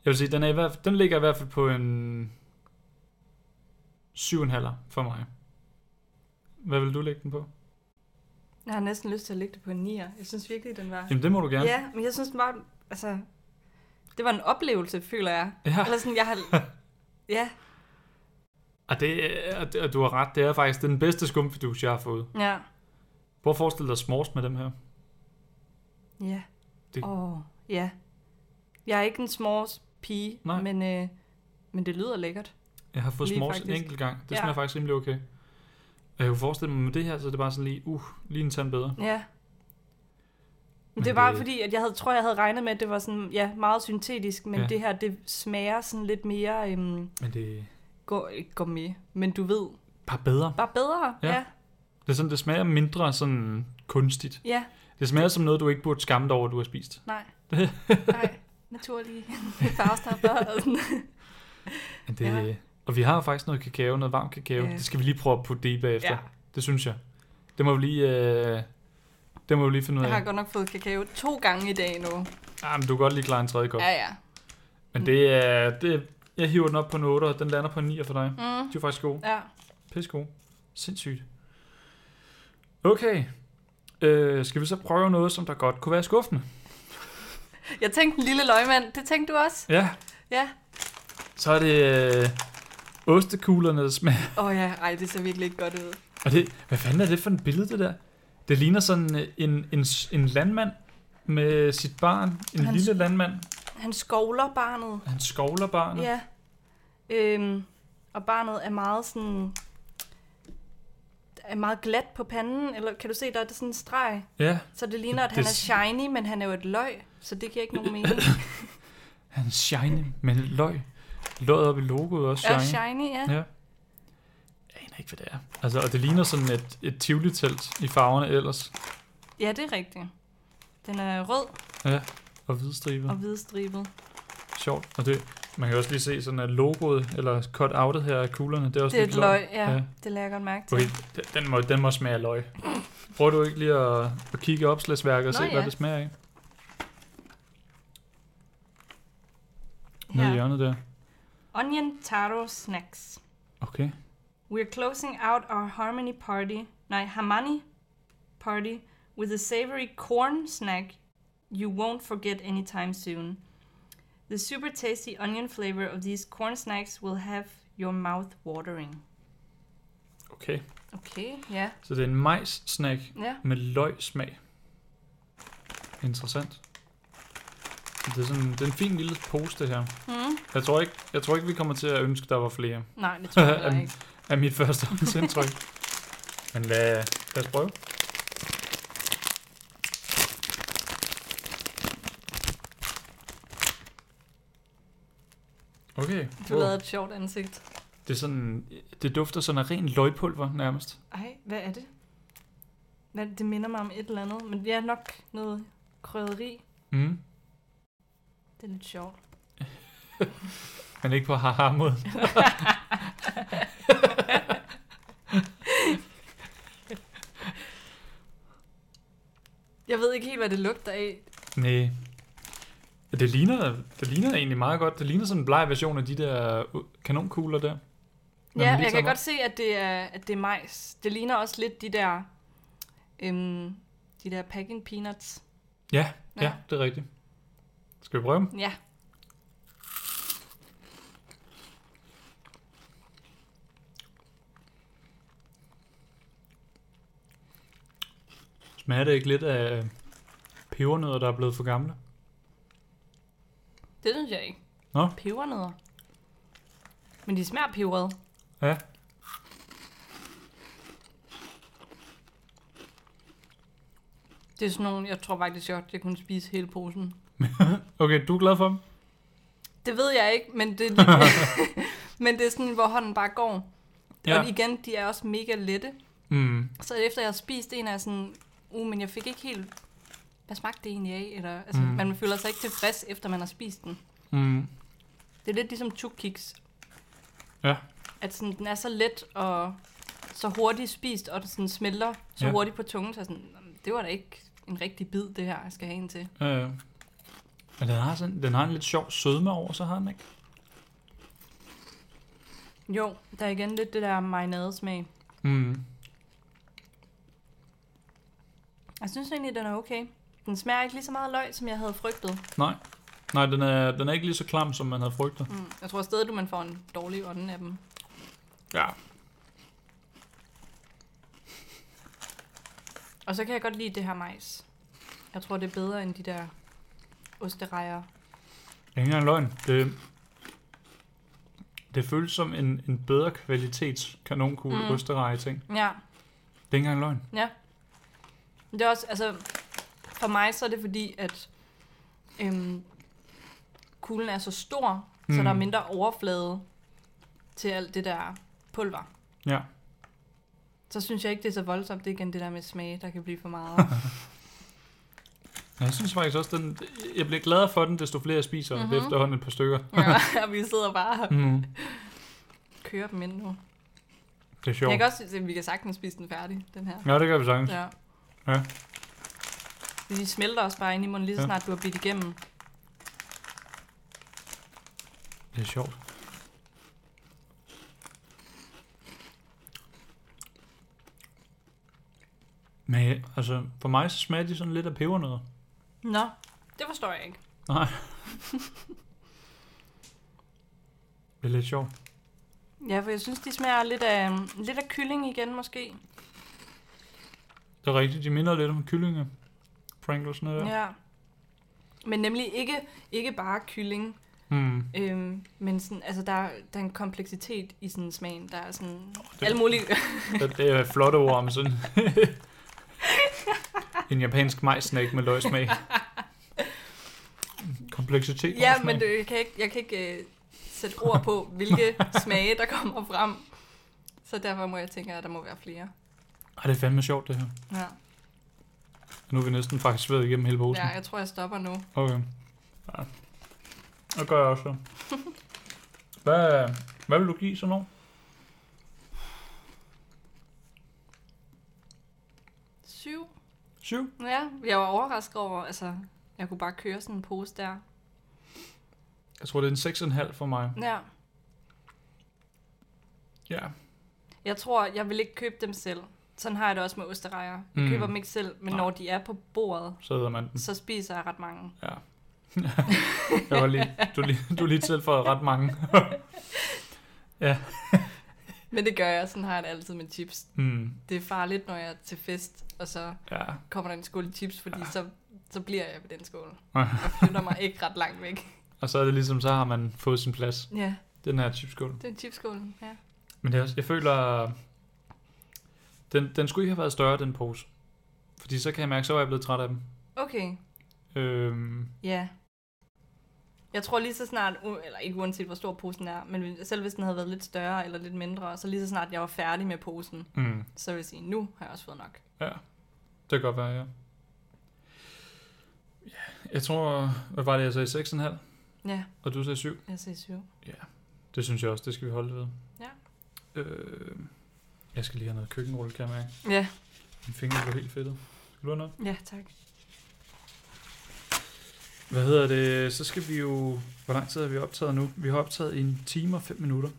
A: Jeg vil sige, den, er i hvert fald, den ligger i hvert fald på en 7,5 for mig. Hvad vil du lægge den på?
B: jeg har næsten lyst til at lægge det på en nier. Jeg synes virkelig, den var...
A: Jamen, det må du gerne.
B: Ja, men jeg synes den var... Altså, det var en oplevelse, føler jeg.
A: Ja.
B: Eller sådan, jeg har... Ja,
A: Og, det, er- og, det, og du har ret, det er faktisk den bedste skumfidus, jeg har fået.
B: ja,
A: Prøv at forestille dig smors med dem her.
B: ja.
A: Det-
B: Åh, oh, ja. Jeg er ikke en s'mores pige,
A: Nej.
B: men, øh, men det lyder lækkert.
A: Jeg har fået
B: Lige
A: smors en
B: faktisk.
A: enkelt gang. Det
B: Ja.
A: smager faktisk rimelig okay. Og jeg kunne forestille mig med det her, så er det bare sådan lige, uh, lige en tand bedre.
B: Ja.
A: Men
B: Men det var
A: det-
B: fordi, at jeg havde, tror, jeg havde regnet med, at det var sådan, ja, meget syntetisk, men
A: Ja.
B: ja. det her, det smager sådan lidt mere øhm,
A: Men det er
B: går, ikke gourmet, men du ved,
A: bare bedre.
B: bare bedre.
A: Ja.
B: Ja. ja.
A: Det er sådan, det smager mindre sådan kunstigt.
B: ja.
A: Det smager som noget, du ikke burde skamme dig over, at du har spist.
B: nej. nej, naturlige farvestoffer. og sådan.
A: Men det,
B: Ja.
A: Og vi har faktisk noget kakao, noget varm kakao.
B: Ja.
A: Det skal vi lige prøve at putte det i bagefter.
B: ja.
A: Det synes jeg. Det må vi lige, øh, det må vi lige finde ud
B: Jeg
A: af.
B: har godt nok fået kakao to gange i dag nu.
A: Ah, men du kan godt lige klare en tredje kop.
B: Ja, ja.
A: Men det er... Det, jeg hiver den op på en 8, og den lander på en 9 for dig.
B: Mm.
A: De er faktisk gode.
B: Ja.
A: Pisse gode. Sindssygt. Okay. Øh, skal vi så prøve noget, som der godt kunne være skuffende?
B: Jeg tænkte en lille løgmand, det tænkte du også?
A: Ja.
B: Ja.
A: Så er det øh, ostekuglerne, der smager.
B: Åh oh, ja, ej, det ser virkelig ikke godt ud.
A: Og det, hvad fanden er det for et billede, det der? Det ligner sådan øh, en, en, s- en landmand med sit barn. En
B: Hans-
A: lille landmand.
B: Han skovler barnet.
A: Han skovler barnet.
B: Ja. Øhm, og barnet er meget sådan er meget glat på panden, eller kan du se, der er sådan en streg,
A: ja.
B: så det ligner, at han
A: Det-
B: er shiny, men han er jo et løg, så det giver ikke nogen mening.
A: Han er shiny med løg. Løget op i logoet er også
B: Er
A: shiny.
B: shiny, ja.
A: Ja. Jeg aner ikke, hvad det er. Altså, og det ligner sådan et, et tivoli-telt i farverne ellers.
B: Ja, det er rigtigt. Den er rød
A: Og hvidstribet.
B: og hvidstribet.
A: Sjovt. Og det, man kan også lige se sådan, at logoet, eller cut-outet her af kuglerne, det er også
B: Det er et
A: lidt
B: løg, ja.
A: Ja.
B: Det lader jeg godt mærke til.
A: Okay, den- den må, den må smage af løg. Prøver du ikke lige at, at kigge i opslagsværket og
B: Nå,
A: se, hvad
B: ja.
A: det smager af? Nede i
B: Her.
A: hjørnet der.
B: Onion taro snacks.
A: Okay.
B: We're closing out our harmony party, nej, hamani party, with a savory corn snack you won't forget anytime soon. The super tasty onion flavor of these corn snacks will have your mouth watering.
A: Okay.
B: Okay, ja.
A: Så det er en majs-snack
B: Ja,
A: med løgsmag. Interessant. Det er, sådan, det er en fin lille pose, det her.
B: mm.
A: Jeg tror, ikke, jeg tror ikke, vi kommer til at ønske, der var flere
B: nej, det tror jeg heller ikke.
A: af mit første indtryk. Men lad, lad os prøve. Okay.
B: Du
A: wow.
B: lavede et sjovt ansigt.
A: Det, er sådan, det dufter sådan af ren løgpulver nærmest.
B: Ej, hvad er det? Hvad, det minder mig om et eller andet, men det er nok noget krydderi.
A: Mm.
B: Det er lidt sjovt.
A: Men ikke på haha-måde.
B: Jeg ved ikke helt, hvad det lugter af.
A: Nej. Det ligner, det ligner egentlig meget godt. Det ligner sådan en bleg version af de der øh, kanonkugler der. Når
B: Ja,
A: man lige
B: jeg kan
A: tager
B: godt se, at det er, at det er majs. Det ligner også lidt de der, øhm, de der packing peanuts.
A: dem. Ja, ja, det er rigtigt. Skal vi prøve dem?
B: Ja.
A: Smager det ikke lidt af pebernødder, der er blevet for gamle?
B: Det synes jeg ikke.
A: Nå.
B: Pebernødder. Men de smager peberet.
A: Ja.
B: Det er sådan nogle, jeg tror faktisk godt, jeg kunne spise hele posen.
A: Okay, du er glad for dem?
B: Det ved jeg ikke, men det er lige... men det er sådan, hvor hånden bare går. Ja. Og igen, de er også mega lette.
A: Mm.
B: Så efter jeg har spist en, er jeg sådan, uh, men jeg fik ikke helt, hvad smagte det egentlig af? Eller, altså,
A: Mm.
B: mm. man føler sig ikke tilfreds, efter man har spist den.
A: Mm.
B: Det er lidt ligesom chukkiks.
A: Ja.
B: At sådan, den er så let og så hurtigt spist, og den sådan smelter så
A: Ja.
B: ja. hurtigt på tungen, så er jeg sådan, "Nå, men det var da ikke en rigtig bid, det her, jeg skal have en til.
A: Øh. Men den har, sådan, den har en lidt sjov sødme over, så har den ikke?
B: Jo, der er igen lidt det der marinadesmag.
A: Mm.
B: Jeg synes egentlig, den er okay. Den smager ikke lige så meget løg, som jeg havde frygtet.
A: Nej. Nej, den er, den er ikke lige så klam, som man havde frygtet.
B: Mm. Jeg tror stadig, at man får en dårlig ånden af dem.
A: Ja.
B: Og så kan jeg godt lide det her majs. Jeg tror, det er bedre end de der osterejer.
A: Det er ikke engang løgn. Det, det føles som en, en bedre kvalitets kanonkugle mm.
B: Mm.
A: ostereje ting. Det
B: Ja,
A: er ikke engang løgn.
B: ja. Men Det er også, altså, for mig så er det fordi, at øhm, kuglen er så stor, mm. så
A: Mm.
B: der er mindre overflade til alt det der pulver.
A: Ja.
B: Så synes jeg ikke, det er så voldsomt. Det er igen det der med smag, der kan blive for meget.
A: Ja, Jeg synes faktisk også, den, jeg bliver gladere for den, desto flere jeg spiser. Mm-hmm. Det er
B: Mhm.
A: efterhånden et par stykker.
B: ja, og vi sidder bare og
A: Mm.
B: kører dem ind nu.
A: Det er sjovt.
B: Jeg kan også at vi kan sagtens spise den færdig, den her.
A: Ja, det gør vi sagtens.
B: Ja.
A: Ja.
B: De smelter også bare ind i munden, lige så
A: Ja.
B: snart du har bidt igennem.
A: Det er sjovt. Men ja, altså, for mig så smager de sådan lidt af pebernødder.
B: Nå, det forstår jeg ikke.
A: Nej. det er lidt sjovt.
B: Ja, for jeg synes, de smager lidt af, mm, lidt af kylling igen, måske.
A: Det er rigtigt, de minder lidt om kyllinger. Pringlesene der.
B: Ja. Men nemlig ikke, ikke bare kylling,
A: Mm.
B: øhm, men sådan, altså der, er- der er en kompleksitet i sådan smagen. Der er sådan
A: det-
B: oh, alle mulige...
A: Det, det er et flot ord om sådan en japansk majsnæk med løgsmag. Kompleksitet. og
B: ja,
A: smag.
B: men det, jeg kan ikke, jeg kan ikke øh, sætte ord på, hvilke smage, der kommer frem. Så derfor må jeg tænke, at der må være flere.
A: Ej, det er fandme sjovt det her.
B: Ja,
A: Nu er vi næsten faktisk ved igennem hele posen.
B: ja jeg tror, jeg stopper nu.
A: Okay. Ja. Det gør jeg også. Hvad, hvad vil du give sådan noget?
B: Syv.
A: Syv?
B: Ja, jeg var overrasket over, altså, jeg kunne bare køre sådan en pose der.
A: Jeg tror, det er en 6,5 for mig.
B: Ja,
A: Ja.
B: jeg tror, jeg vil ikke købe dem selv. Sådan har jeg det også med osterejer. Jeg
A: Mm.
B: mm. køber dem ikke selv, men
A: Nej.
B: når de er på bordet,
A: Så hedder man den.
B: så spiser jeg ret mange.
A: Ja. jeg var lige, du, er lige, du er lige til for ret mange.
B: Men det gør jeg, sådan har jeg det altid med chips.
A: Mm,
B: Det er farligt, når jeg er til fest, og så
A: ja.
B: kommer der en skål chips, fordi
A: Ja.
B: ja. så, så bliver jeg ved den skål.
A: Ja.
B: Og flytter mig ikke ret langt væk.
A: Og så er det ligesom, så har man fået sin plads.
B: Ja,
A: Den her chipskål.
B: det er chipskålen, ja.
A: Men det er også, jeg føler, den, den skulle ikke have været større, den pose. Fordi så kan jeg mærke, så var jeg blevet træt af dem.
B: Okay,
A: Øhm,
B: Ja. Jeg tror lige så snart, u- eller ikke uanset hvor stor posen er, men selv hvis den havde været lidt større eller lidt mindre, så lige så snart jeg var færdig med posen,
A: mm,
B: så vil jeg sige, nu har jeg også fået nok.
A: det kan godt være, ja. Ja, Jeg tror, hvad var det, jeg sagde, 6,5?
B: Ja,
A: Og du sagde 7?
B: jeg siger syv.
A: Det synes jeg også, det skal vi holde ved.
B: Ja.
A: Øh, jeg skal lige have noget køkkenrulle, kan jeg mærke.
B: Ja,
A: Min finger blev helt fedtet. Skal du have noget?
B: ja tak.
A: Hvad hedder det? Så skal vi jo... Hvor lang tid har vi optaget nu? Vi har optaget i en time og fem minutter,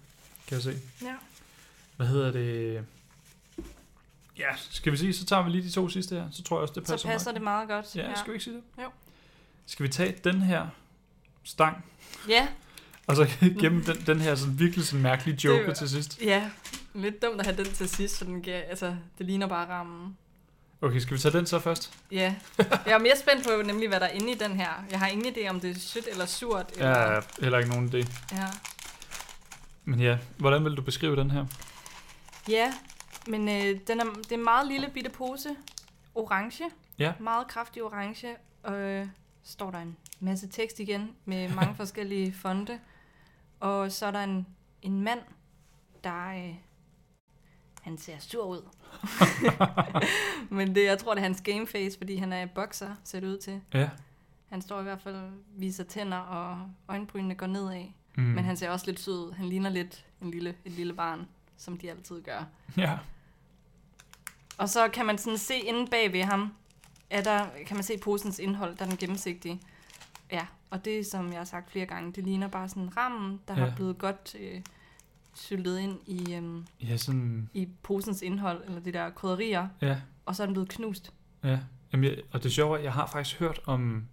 A: kan jeg se.
B: Ja.
A: Hvad hedder det? Ja, skal vi sige, så tager vi lige de to sidste her. Så tror jeg også, det passer
B: Så passer det meget godt.
A: meget. Ja, skal vi ikke sige det?
B: Jo.
A: Skal vi tage den her, stang,
B: Ja,
A: og så gennem den, den her sådan, virkelig sådan mærkelige joker
B: var-
A: til sidst.
B: ja. Lidt dumt at have den til sidst, så den giver, altså, det ligner bare rammen.
A: Okay, skal vi tage den så først?
B: Ja, jeg er mere spændt på nemlig, hvad der er inde i den her. Jeg har ingen idé, om det er sødt eller surt.
A: Ja,
B: Eller,
A: ja heller ikke nogen idé.
B: ja.
A: Men ja, hvordan vil du beskrive den her?
B: ja men øh, den er, det er en meget lille bitte pose. Orange.
A: Ja.
B: Meget kraftig orange. Og øh, står der en masse tekst igen med mange forskellige fonde. Og så er der en, en mand, der... Øh, han ser sur ud. men det, jeg tror, det er hans gameface, fordi han er bokser, ser det ud til.
A: Ja.
B: Han står i hvert fald og viser tænder, og øjenbrynene går nedad.
A: Mm.
B: Mm. Men han ser også lidt sød ud. Han ligner lidt en lille, et lille barn, som de altid gør.
A: Ja.
B: Og så kan man sådan se inde bag ved ham, er der, kan man se posens indhold, der er den gennemsigtige. Ja, og det, som jeg har sagt flere gange, det ligner bare sådan rammen, der ja.
A: Ja.
B: har blevet godt øh, syltet ind i, øh,
A: Ja, sådan...
B: i posens indhold, eller de der krydderier,
A: Ja,
B: og så er den blevet knust.
A: ja. Jamen, jeg, og det sjove er, at jeg har faktisk hørt om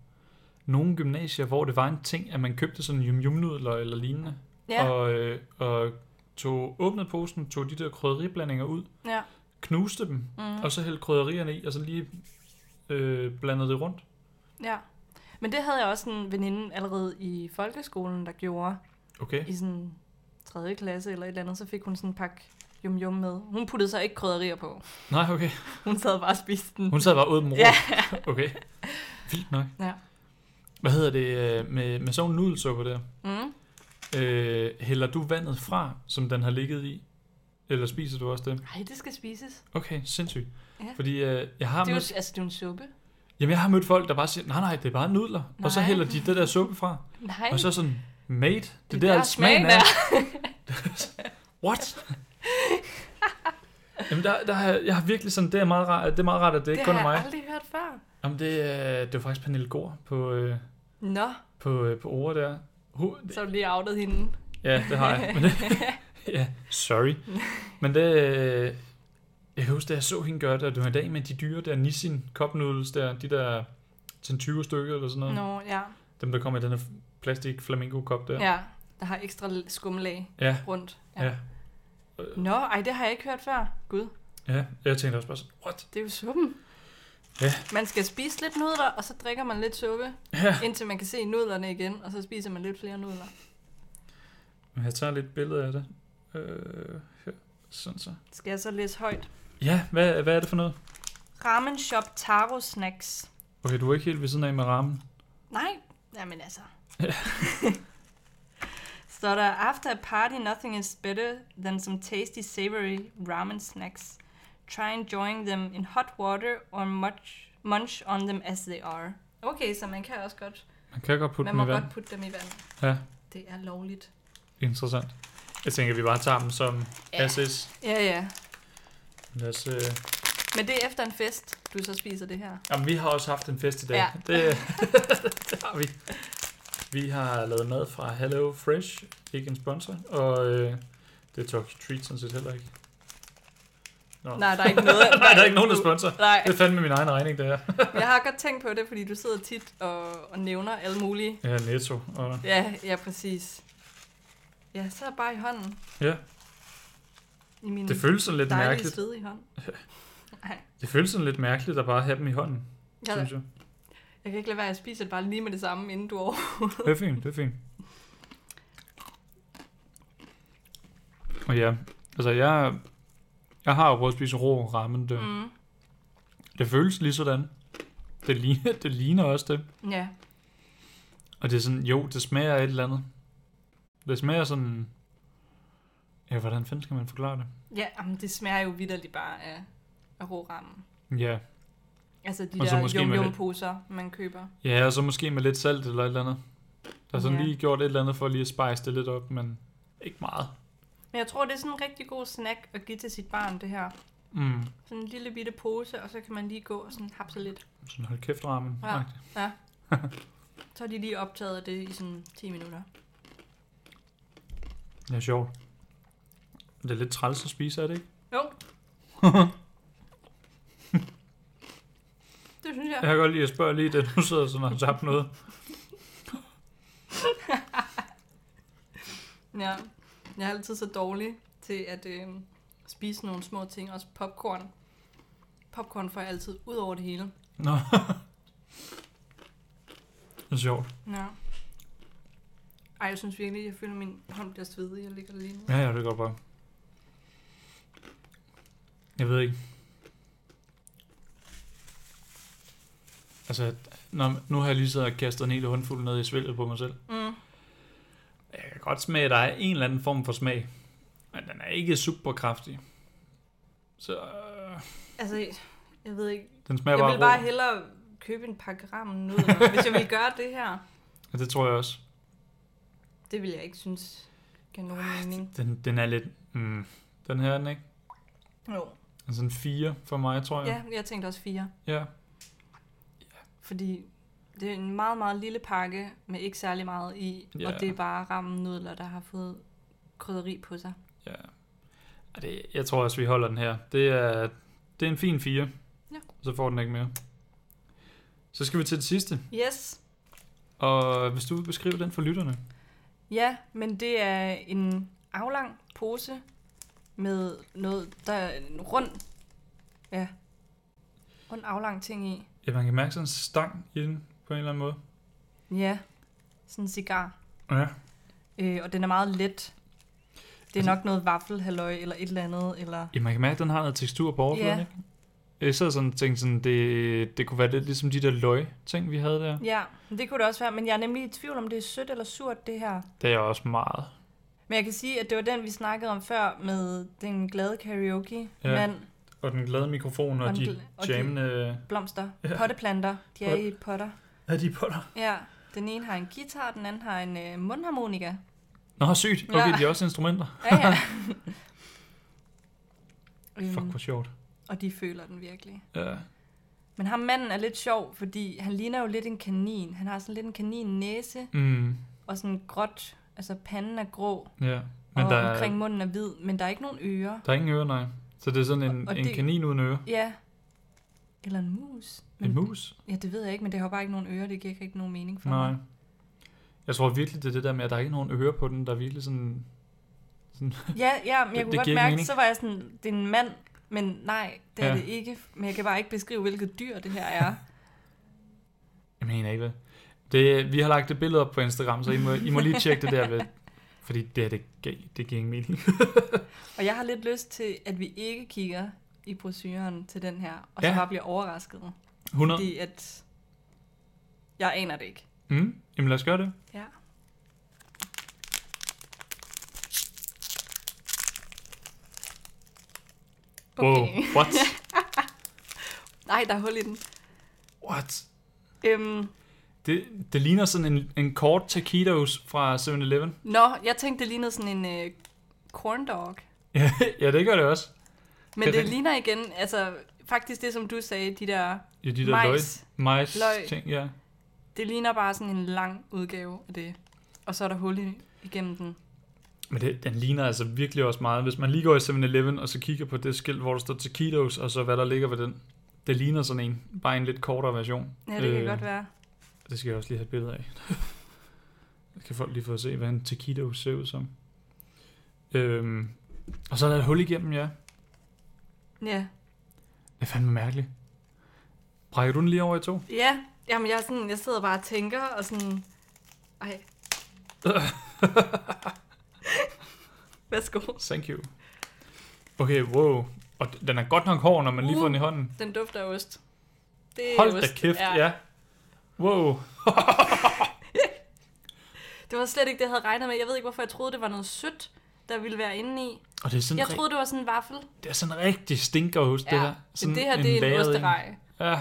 A: nogle gymnasier, hvor det var en ting, at man købte sådan yum-yum-nudler eller lignende,
B: Ja, og...
A: og, øh, og tog, åbnede posen, tog de der krydderiblandinger ud,
B: ja.
A: knuste dem,
B: Mm.
A: og så hældte krydderierne i, og så lige øh, blandede det rundt.
B: Ja. Men det havde jeg også en veninde allerede i folkeskolen, der gjorde.
A: Okay.
B: I sådan 3. klasse eller et eller andet, så fik hun sådan en pakke yum yum med. Hun puttede så ikke krydderier på.
A: Nej, okay.
B: Hun sad bare og spiste den.
A: Hun sad bare ude med
B: Ja.
A: Okay. Vildt nok.
B: Ja.
A: Hvad hedder det øh, med, med sådan en nudelsuppe der?
B: Mm.
A: Øh, hælder du vandet fra, som den har ligget i? Eller spiser du også det?
B: Ej, det skal spises.
A: Okay, sindssygt.
B: Ja.
A: Fordi øh, jeg, har
B: Det er
A: mødt,
B: jo, altså, det er jo en suppe.
A: jamen, jeg har mødt folk, der bare siger, nej nej, det er bare nudler. Og så
B: Nej.
A: hælder de det der suppe fra.
B: Nej,
A: Og så sådan, mate, det,
B: Det er
A: det der,
B: der,
A: der smagen
B: smagen
A: er. What? Jamen, der, der har, jeg- jeg har virkelig sådan, det er meget rart, det er meget rart at det
B: det
A: ikke kun er
B: har
A: mig.
B: jeg aldrig hørt før.
A: Jamen, det, øh, det var faktisk Pernille Gård på, øh,
B: Nå,
A: på, øh, på ordet der. Hun,
B: så har du lige outet hende.
A: Ja, det har jeg. Men det, ja, sorry. Men det... øh, Jeg kan huske, da jeg så hende gøre det, og det var en dag med de dyre der Nissin Cup Noodles der, de der sådan 20 stykker eller sådan noget.
B: Nå, ja.
A: Dem, der kommer i den her plastik flamingo kop der.
B: Ja, der har ekstra l- skumlag
A: Ja,
B: rundt.
A: ja.
B: Nå, ej, det har jeg ikke hørt før. Gud,
A: ja. Jeg tænkte også bare sådan, what?
B: det er jo suppen.
A: Ja.
B: Man skal spise lidt nudler, og så drikker man lidt suppe.
A: Ja.
B: Indtil man kan se nudlerne igen, og så spiser man lidt flere nudler.
A: Men Jeg tager lidt billede af det. Øh, her. Sådan så.
B: Skal jeg så læse højt?
A: Ja, hvad, hvad er det for noget?
B: Ramen Shop Taro Snacks.
A: Okay, du er ikke helt ved siden af med rammen.
B: Nej, jamen altså. Så er der, after a party, nothing is better than some tasty savory ramen snacks. Try enjoying them in hot water or much, munch on them as they are. Okay, så man kan også godt,
A: Man kan godt putte
B: man
A: dem
B: må
A: i vand.
B: godt putte dem i vand.
A: Ja,
B: Det er lovligt.
A: interessant. Jeg tænker, vi bare tager dem som
B: Ja.
A: as is.
B: Ja, ja.
A: Lad os, øh,
B: Men det er efter en fest, du så spiser det her.
A: Jamen, vi har også haft en fest i dag. Ja.
B: Ja.
A: Det, det har vi. Vi har lavet mad fra Hello Fresh, ikke en sponsor, og øh, det er Tokyo Treat sådan set heller ikke. Nå.
B: Nej, der er ikke noget.
A: Nej, der er ikke nogen, der sponsor.
B: Nej.
A: Det er fandme min egen regning, det er.
B: Jeg har godt tænkt på det, fordi du sidder tit og, og nævner alle mulige.
A: Ja, Netto. Og,
B: Ja, ja, præcis. Ja, så er bare i hånden.
A: ja,
B: I min
A: det føles sådan lidt
B: dejlige
A: mærkeligt.
B: svedige hånd. Nej,
A: Det føles sådan lidt mærkeligt at bare have dem i hånden, ja,
B: jeg,
A: synes jeg.
B: jeg kan ikke lade være, at jeg spiser det bare lige med det samme, inden du over.
A: Det er fint, det er fint. Og ja, altså jeg, jeg har jo prøvet at spise rå ramen, det,
B: Mm.
A: Det føles lige sådan. Det ligner, det ligner også det.
B: Ja,
A: Og det er sådan, jo, det smager af et eller andet. Det smager sådan... Ja, hvordan fanden skal man forklare det?
B: ja jamen, det smager jo vidderligt bare af, af rå rammen.
A: Ja,
B: Altså de
A: Og så
B: der
A: måske med
B: yum yum
A: lidt-
B: poser, man køber.
A: ja og så måske med lidt salt eller et eller andet. Der er sådan
B: Ja.
A: lige gjort et eller andet for lige at spice det lidt op, men ikke meget.
B: Men jeg tror, det er sådan en rigtig god snack at give til sit barn, det her.
A: Mm.
B: Sådan en lille bitte pose, og så kan man lige gå og sådan hapse lidt.
A: Sådan hold kæft ramen.
B: Ja.
A: Ja.
B: Ja. Så har de lige optaget det i sådan 10 minutter.
A: Det er sjovt. Det er lidt træls at spise, er det ikke?
B: Jo. det synes jeg.
A: Jeg kan godt lide at spørge lige det, du sidder sådan og har tabt noget.
B: Ja, jeg er altid så dårlig til at øh, spise nogle små ting, også popcorn. Popcorn får jeg altid ud over det hele.
A: Nå. det er sjovt.
B: Ja. Ej, jeg synes virkelig, jeg føler, at min hånd bliver svedig. Jeg ligger lige nu.
A: Ja, ja, det går bare. Jeg ved ikke. Altså, når, nu har jeg lige siddet og kastet en hel håndfuld ned i svælget på mig selv.
B: Mm.
A: Jeg kan godt smage, at der er en eller anden form for smag. Men den er ikke super kraftig. Så øh,
B: Altså, jeg ved ikke.
A: den smager
B: Jeg,
A: bare,
B: jeg vil bare
A: rå.
B: hellere købe en pakke ramen nudler, hvis jeg ville gøre det her.
A: Ja, det tror jeg også.
B: Det vil jeg ikke synes giver nogen mening.
A: Den, den er lidt... Mm, den her er den ikke.
B: Jo.
A: Den er sådan 4 for mig, tror jeg.
B: Ja, jeg tænkte også fire.
A: ja.
B: Fordi det er en meget, meget lille pakke med ikke særlig meget i.
A: Ja.
B: Og det er bare rammen nudler, der har fået krydderi på sig.
A: Ja. Ej, Det, jeg tror også, vi holder den her. Det er, det er en fin 4.
B: Ja.
A: Så får den ikke mere. Så skal vi til det sidste.
B: Yes.
A: Og hvis du vil beskrive den for lytterne.
B: Ja, men det er en aflang pose med noget, der er en rund, ja, rund aflang ting i.
A: Ja, man kan mærke sådan en stang i den på en eller anden måde.
B: Ja, sådan en cigar.
A: Ja.
B: Øh, og den er meget let. Det er
A: Altså-
B: nok noget vaffelhalløj eller et eller andet, eller...
A: ja man kan mærke, at den har noget tekstur på overfladen,
B: Ja.
A: ikke? Jeg sad sådan og tænkte sådan, det, det kunne være lidt ligesom de der løg-ting, vi havde der.
B: Ja, men det kunne det også være, men jeg er nemlig i tvivl om, det er sødt eller surt, det her.
A: Det er også meget.
B: Men jeg kan sige, at det var den, vi snakkede om før med den glade karaoke,
A: Ja.
B: ja. mand,
A: Og den glade mikrofon og,
B: Og den
A: de
B: gl- og de-
A: jammende...
B: blomster,
A: Ja.
B: ja. potteplanter, de er
A: Pot-
B: i potter.
A: Er de på dig?
B: Ja, den ene har en guitar, den anden har en øh, mundharmonika.
A: Nå, sygt. Okay,
B: Ja.
A: de er også instrumenter.
B: Ja, ja.
A: Fuck,
B: øhm,
A: hvor sjovt.
B: og de føler den virkelig.
A: Ja.
B: Men ham manden er lidt sjov, fordi han ligner jo lidt en kanin. Han har sådan lidt en kanin næse
A: Mm,
B: og sådan gråt, altså panden er grå,
A: ja.
B: men
A: Men
B: og
A: der
B: der...
A: er,
B: omkring munden er hvid, men der er ikke nogen ører.
A: Der er ingen ører, nej. Så det er sådan en,
B: Og- og
A: en
B: det-
A: kanin uden ører.
B: Ja, eller en mus. Men,
A: En mus?
B: Ja, det ved jeg ikke, men det har bare ikke nogen ører, det giver ikke rigtig nogen mening for
A: Nej.
B: mig.
A: Jeg tror virkelig, det er det der med, at der er ikke nogen ører på den, der er virkelig sådan...
B: Ja, ja, men
A: Det-
B: jeg
A: det
B: kunne godt
A: giver ikke
B: mærke,
A: mening.
B: så var jeg sådan, det er en mand, men nej, det er
A: Ja.
B: ja. det ikke. Men jeg kan bare ikke beskrive, hvilket dyr det her er.
A: Jeg mener ikke, hvad? Det, vi har lagt et billede op på Instagram, så I må, I må lige tjekke det der ved. Fordi det her, det, gav- det giver ingen mening.
B: Og jeg har lidt lyst til, at vi ikke kigger i brosyren til den her, og så
A: Ja.
B: ja. bare bliver overrasket,
A: 100?
B: fordi at jeg aner det ikke.
A: Mm, jamen lad os gøre det.
B: Ja. Okay.
A: Wow, what?
B: Nej, der er hul i den.
A: What?
B: Øhm,
A: Det, det ligner sådan en, en kort taquitos fra 7-Eleven.
B: nå, jeg tænkte, det lignede sådan en øh, corn dog.
A: Ja, ja, det gør det også.
B: Men
A: Det er
B: det,
A: rigtigt.
B: ligner igen, altså faktisk det, som du sagde, de der
A: Ja, de der
B: majs,
A: løg, majs
B: Løg.
A: ting, ja.
B: det ligner bare sådan en lang udgave af det. Og så er der hul i, igennem den.
A: Men det, den ligner altså virkelig også meget. Hvis man lige går i 7-Eleven, og så kigger på det skilt, hvor der står taquitos, og så hvad der ligger ved den. Det ligner sådan en. Bare en lidt kortere version.
B: Ja, det øh. kan godt være.
A: Det skal jeg også lige have et billede af. Det kan folk lige få at se, hvad en taquitos ser ud som. Øhm, og så er der et hul igennem, ja.
B: Ja,
A: Det er fandme mærkeligt. Brækker du den lige over i to?
B: Ja, jamen jeg, er sådan, jeg sidder bare og tænker, og sådan... Ej. Værsgo.
A: Thank you. Okay, wow. Og d- den er godt nok hård, når man lige får den i hånden.
B: Den dufter af ost. Det Uh. er
A: Hold
B: ost.
A: da kæft, ja. Wow.
B: Det var slet ikke det, jeg havde regnet med. Jeg ved ikke, hvorfor jeg troede, det var noget sødt, der ville være inde i.
A: Og det er sådan
B: Jeg
A: ri-
B: troede, det var sådan en vaffel.
A: Det er sådan en rigtig stinkerost, det der. Sådan
B: men det her, det er en
A: lagret
B: osterej.
A: Ja.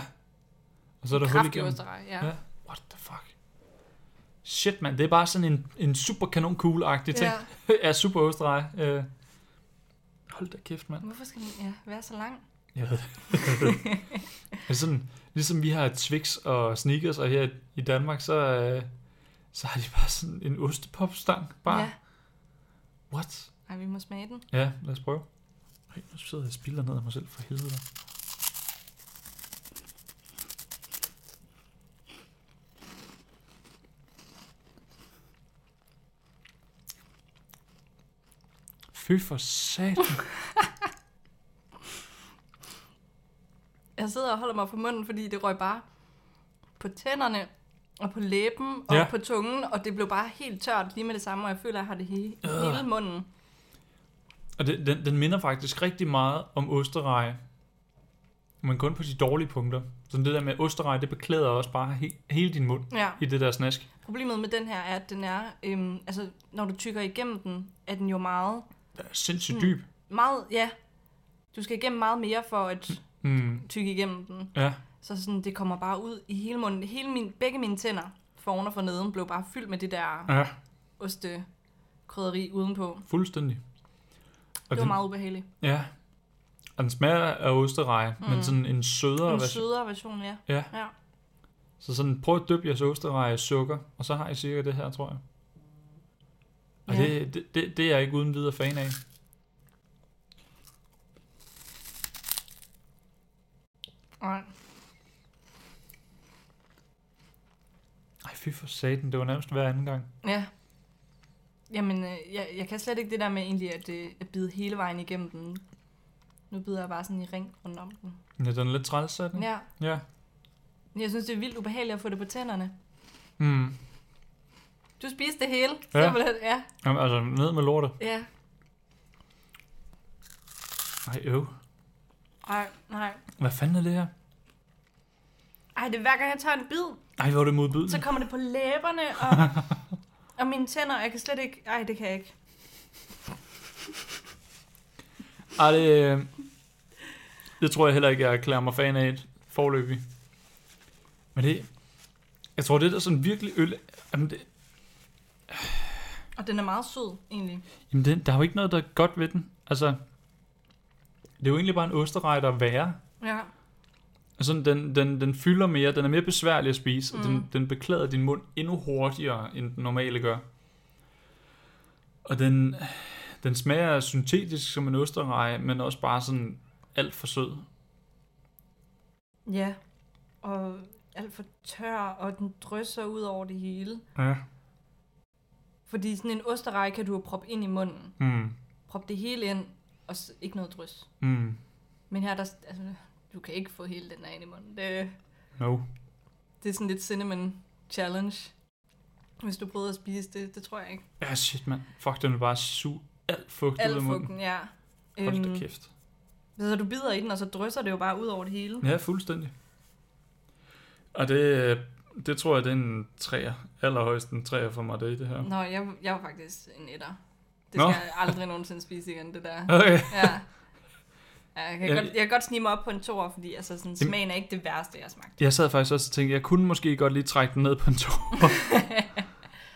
A: Og så er der hul
B: Kraftig
A: igennem.
B: osterej, ja.
A: Ja. What the fuck? Shit, mand. Det er bare sådan en, en super kanon cool-agtig ting.
B: ja.
A: Ja, super osterej. Øh. Hold da kæft, mand.
B: Hvorfor skal den ja, være så lang?
A: Jeg ved det. Det er sådan, ligesom vi har Twix og Snickers, og her i Danmark, så, øh, så har de bare sådan en ostepopstang. Bare,
B: Ja.
A: what?
B: Ej, vi må smage den.
A: Ja, lad os prøve. Ej, nu sidder jeg og spilder ned af mig selv for helvede. Fy for satan.
B: Jeg sidder og holder mig på munden, fordi det røg bare på tænderne, og på læben, og
A: Ja.
B: ja. på tungen, og det blev bare helt tørt lige med det samme, og jeg føler, at jeg har det hele, hele munden.
A: Og den, den, den minder faktisk rigtig meget om osterreje. Men kun på de dårlige punkter. Så det der med osterreje, det beklæder også bare he, hele din mund
B: Ja.
A: i det der snask.
B: Problemet med den her er, at den er, øhm, altså når du tykker igennem den, er den jo meget,
A: Det er
B: Mm.
A: sindssygt dyb.
B: meget, ja, du skal igennem meget mere for at
A: Mm.
B: tykke igennem den.
A: Ja,
B: Så sådan, det kommer bare ud i hele munden. Hele min, begge mine tænder, foran og forneden, blev bare fyldt med det der
A: ja,
B: ostekrydderi udenpå.
A: fuldstændig. Og
B: Det var
A: den,
B: meget ubehageligt.
A: Ja. Og den smager af osterreje, mm. men sådan en sødere
B: En
A: version.
B: sødere version, ja.
A: Ja.
B: ja.
A: Så sådan, prøv at dyppe jeres osterreje i sukker, og så har I cirka det her, tror jeg. Og
B: Ja.
A: ja. det, det, det, det er jeg ikke uden videre fan af.
B: Nej.
A: Ej, fy for satan, det var nærmest hver anden gang.
B: Ja. Jamen, øh, jeg, jeg kan slet ikke det der med egentlig at, øh, at bide hele vejen igennem den. Nu bider jeg bare sådan i ring rundt om den.
A: Ja, den er lidt træls, er den?
B: Ja.
A: ja.
B: Jeg synes, det er vildt ubehageligt at få det på tænderne.
A: Mm.
B: Du spiste det hele.
A: Ja.
B: Simpelthen. Ja.
A: Jamen, altså, ned med lortet.
B: Ja.
A: Ej, øv.
B: Ej, nej.
A: Hvad fanden er det her?
B: Ej, det er hver gang, jeg tager en bid,
A: Ej, hvor er det
B: så
A: modbydeligt.
B: kommer det på læberne og, og mine tænder. Jeg kan slet ikke... Ej, det kan jeg ikke.
A: Ej, det, øh, det tror jeg heller ikke, jeg erklærer mig fan af forløbig. Men det... Jeg tror, det der sådan virkelig øl... Jamen, det,
B: Og den er meget sød, egentlig.
A: jamen det, der er jo ikke noget, der er godt ved den. Altså, det er jo egentlig bare en osterrej, der er værre.
B: Ja.
A: Altså, den, den, den fylder mere, den er mere besværlig at spise, mm. og den,
B: Mm.
A: den beklæder din mund endnu hurtigere, end den normale gør. Og den, den smager syntetisk som en osterreje, men også bare sådan alt for sød.
B: Ja. Og alt for tør, og den drysser ud over det hele.
A: Ja.
B: Fordi sådan en osterej kan du jo proppe ind i munden.
A: Mm.
B: Proppe det hele ind, og s- ikke noget drys.
A: Mm.
B: Men her, der, altså, du kan ikke få hele den der ind i munden. Det,
A: No.
B: det er sådan lidt cinnamon challenge. Hvis du prøver at spise det, det tror jeg ikke.
A: Ja, shit, mand. Fuck, den vil bare suge alt fugt ud
B: Alt
A: af munden.
B: fugten, ja. Øhm,
A: Hold da kæft.
B: så du bider i den, og så drysser det jo bare ud over det hele.
A: Ja, fuldstændig. Og det, det tror jeg, det er en træer. Allerhøjst en træer for mig, det er det her.
B: Nå, jeg, jeg var faktisk en etter. Det skal
A: Nå.
B: jeg aldrig nogensinde spise igen, det der.
A: Okay.
B: Ja. Ja, jeg, kan
A: Ja,
B: godt, jeg kan godt snige mig op på en toer, fordi altså, sådan, smagen er ikke det værste, jeg har smagt.
A: Jeg sad faktisk også og tænkte, jeg kunne måske godt lige trække den ned på en toer.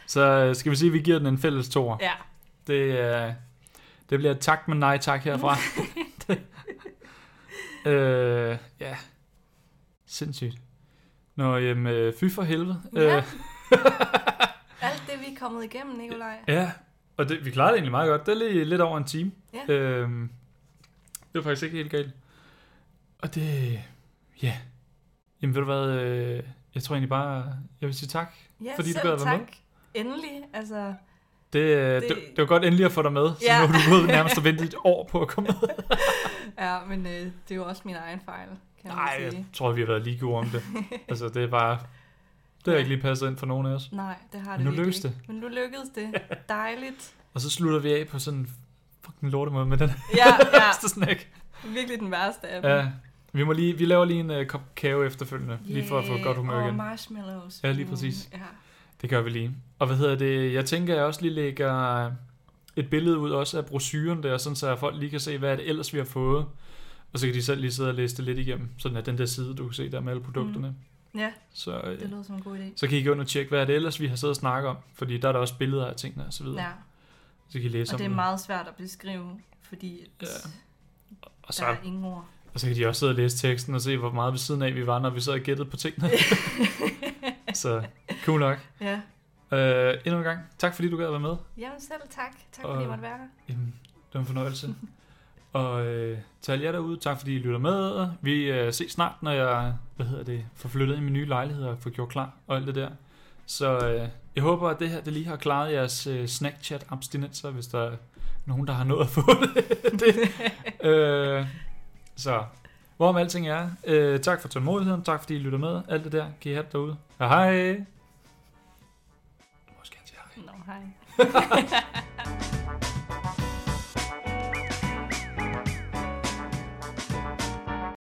A: så øh, skal vi sige, at vi giver den en fælles toer.
B: Ja,
A: Det, øh, det bliver et tak, men nej tak herfra. det, øh, ja, sindssygt. Nå, jamen, øh, fy for helvede.
B: Ja.
A: Øh,
B: alt det, vi er kommet igennem, Nikolaj.
A: ja. Og det, vi klarede det egentlig meget godt. Det er lige lidt over en time.
B: Ja.
A: Øh, det var faktisk ikke helt galt. Og det, ja. Jamen ved du hvad, øh, jeg tror egentlig bare, jeg vil sige tak.
B: Ja,
A: Fordi du
B: selv
A: gad at være
B: tak. Endelig, altså...
A: Det, øh, det... det,
B: Det-
A: det var godt endelig at få dig med, så nu
B: Ja.
A: har du gået nærmest og ventet et år på at komme med.
B: Ja, men øh, det er jo også min egen fejl, kan
A: Nej,
B: man
A: jeg
B: sige.
A: tror, vi har været lige gode om det. altså, det er bare... Det har ikke lige passet ind for nogen af os.
B: Nej, det har
A: Men
B: det
A: nu
B: virkelig
A: lykkedes
B: ikke. Men nu lykkedes det. Dejligt.
A: Og så slutter vi af på sådan en fucking lortemåde med den her
B: Ja, ja.
A: ja. snack.
B: Virkelig den værste af dem.
A: Ja. Vi, må lige, vi laver lige en uh, kop kakao efterfølgende, yeah. lige for at få
B: Yeah,
A: godt humør
B: og
A: igen.
B: marshmallows.
A: Ja, lige
B: Mm,
A: præcis.
B: Ja.
A: Det gør vi lige. Og hvad hedder det? Jeg tænker, at jeg også lige lægger et billede ud også af brosyren der, sådan så folk lige kan se, hvad det ellers vi har fået. Og så kan de selv lige sidde og læse det lidt igennem, sådan at den der side, du kan se der med alle produkterne. Mm.
B: Ja.
A: Så, øh,
B: Det lød som en god idé.
A: så kan I gå ind og tjekke, hvad er det ellers, vi har siddet og snakket om. Fordi der er der også billeder af tingene og så videre.
B: Ja,
A: Så kan I læse
B: og
A: om
B: det er meget svært at beskrive, fordi at
A: Ja, og,
B: der
A: så,
B: er ingen ord.
A: og så kan de også sidde og læse teksten og se, hvor meget ved siden af vi var, når vi sad og gættede på tingene. så cool nok.
B: Ja.
A: Øh, endnu en gang, tak fordi du gad at være med.
B: Jamen selv tak. Tak
A: Og-
B: fordi jeg måtte være her.
A: Jamen, det var en fornøjelse. og øh, til alle jer derude, tak fordi I lytter med. Vi øh, ses snart, når jeg hvad hedder det, får flyttet ind i min nye lejlighed og får gjort klar og alt det der. Så øh, jeg håber, at det her det lige har klaret jeres øh, snackchat abstinenser, hvis der nogen, der har nået at få det. det. Øh, så, hvorom alting er, øh, tak for tålmodigheden, tak fordi I lytter med, alt det der, kan I have det derude. Hej hej! Måske han siger hej.
B: Nå, hej.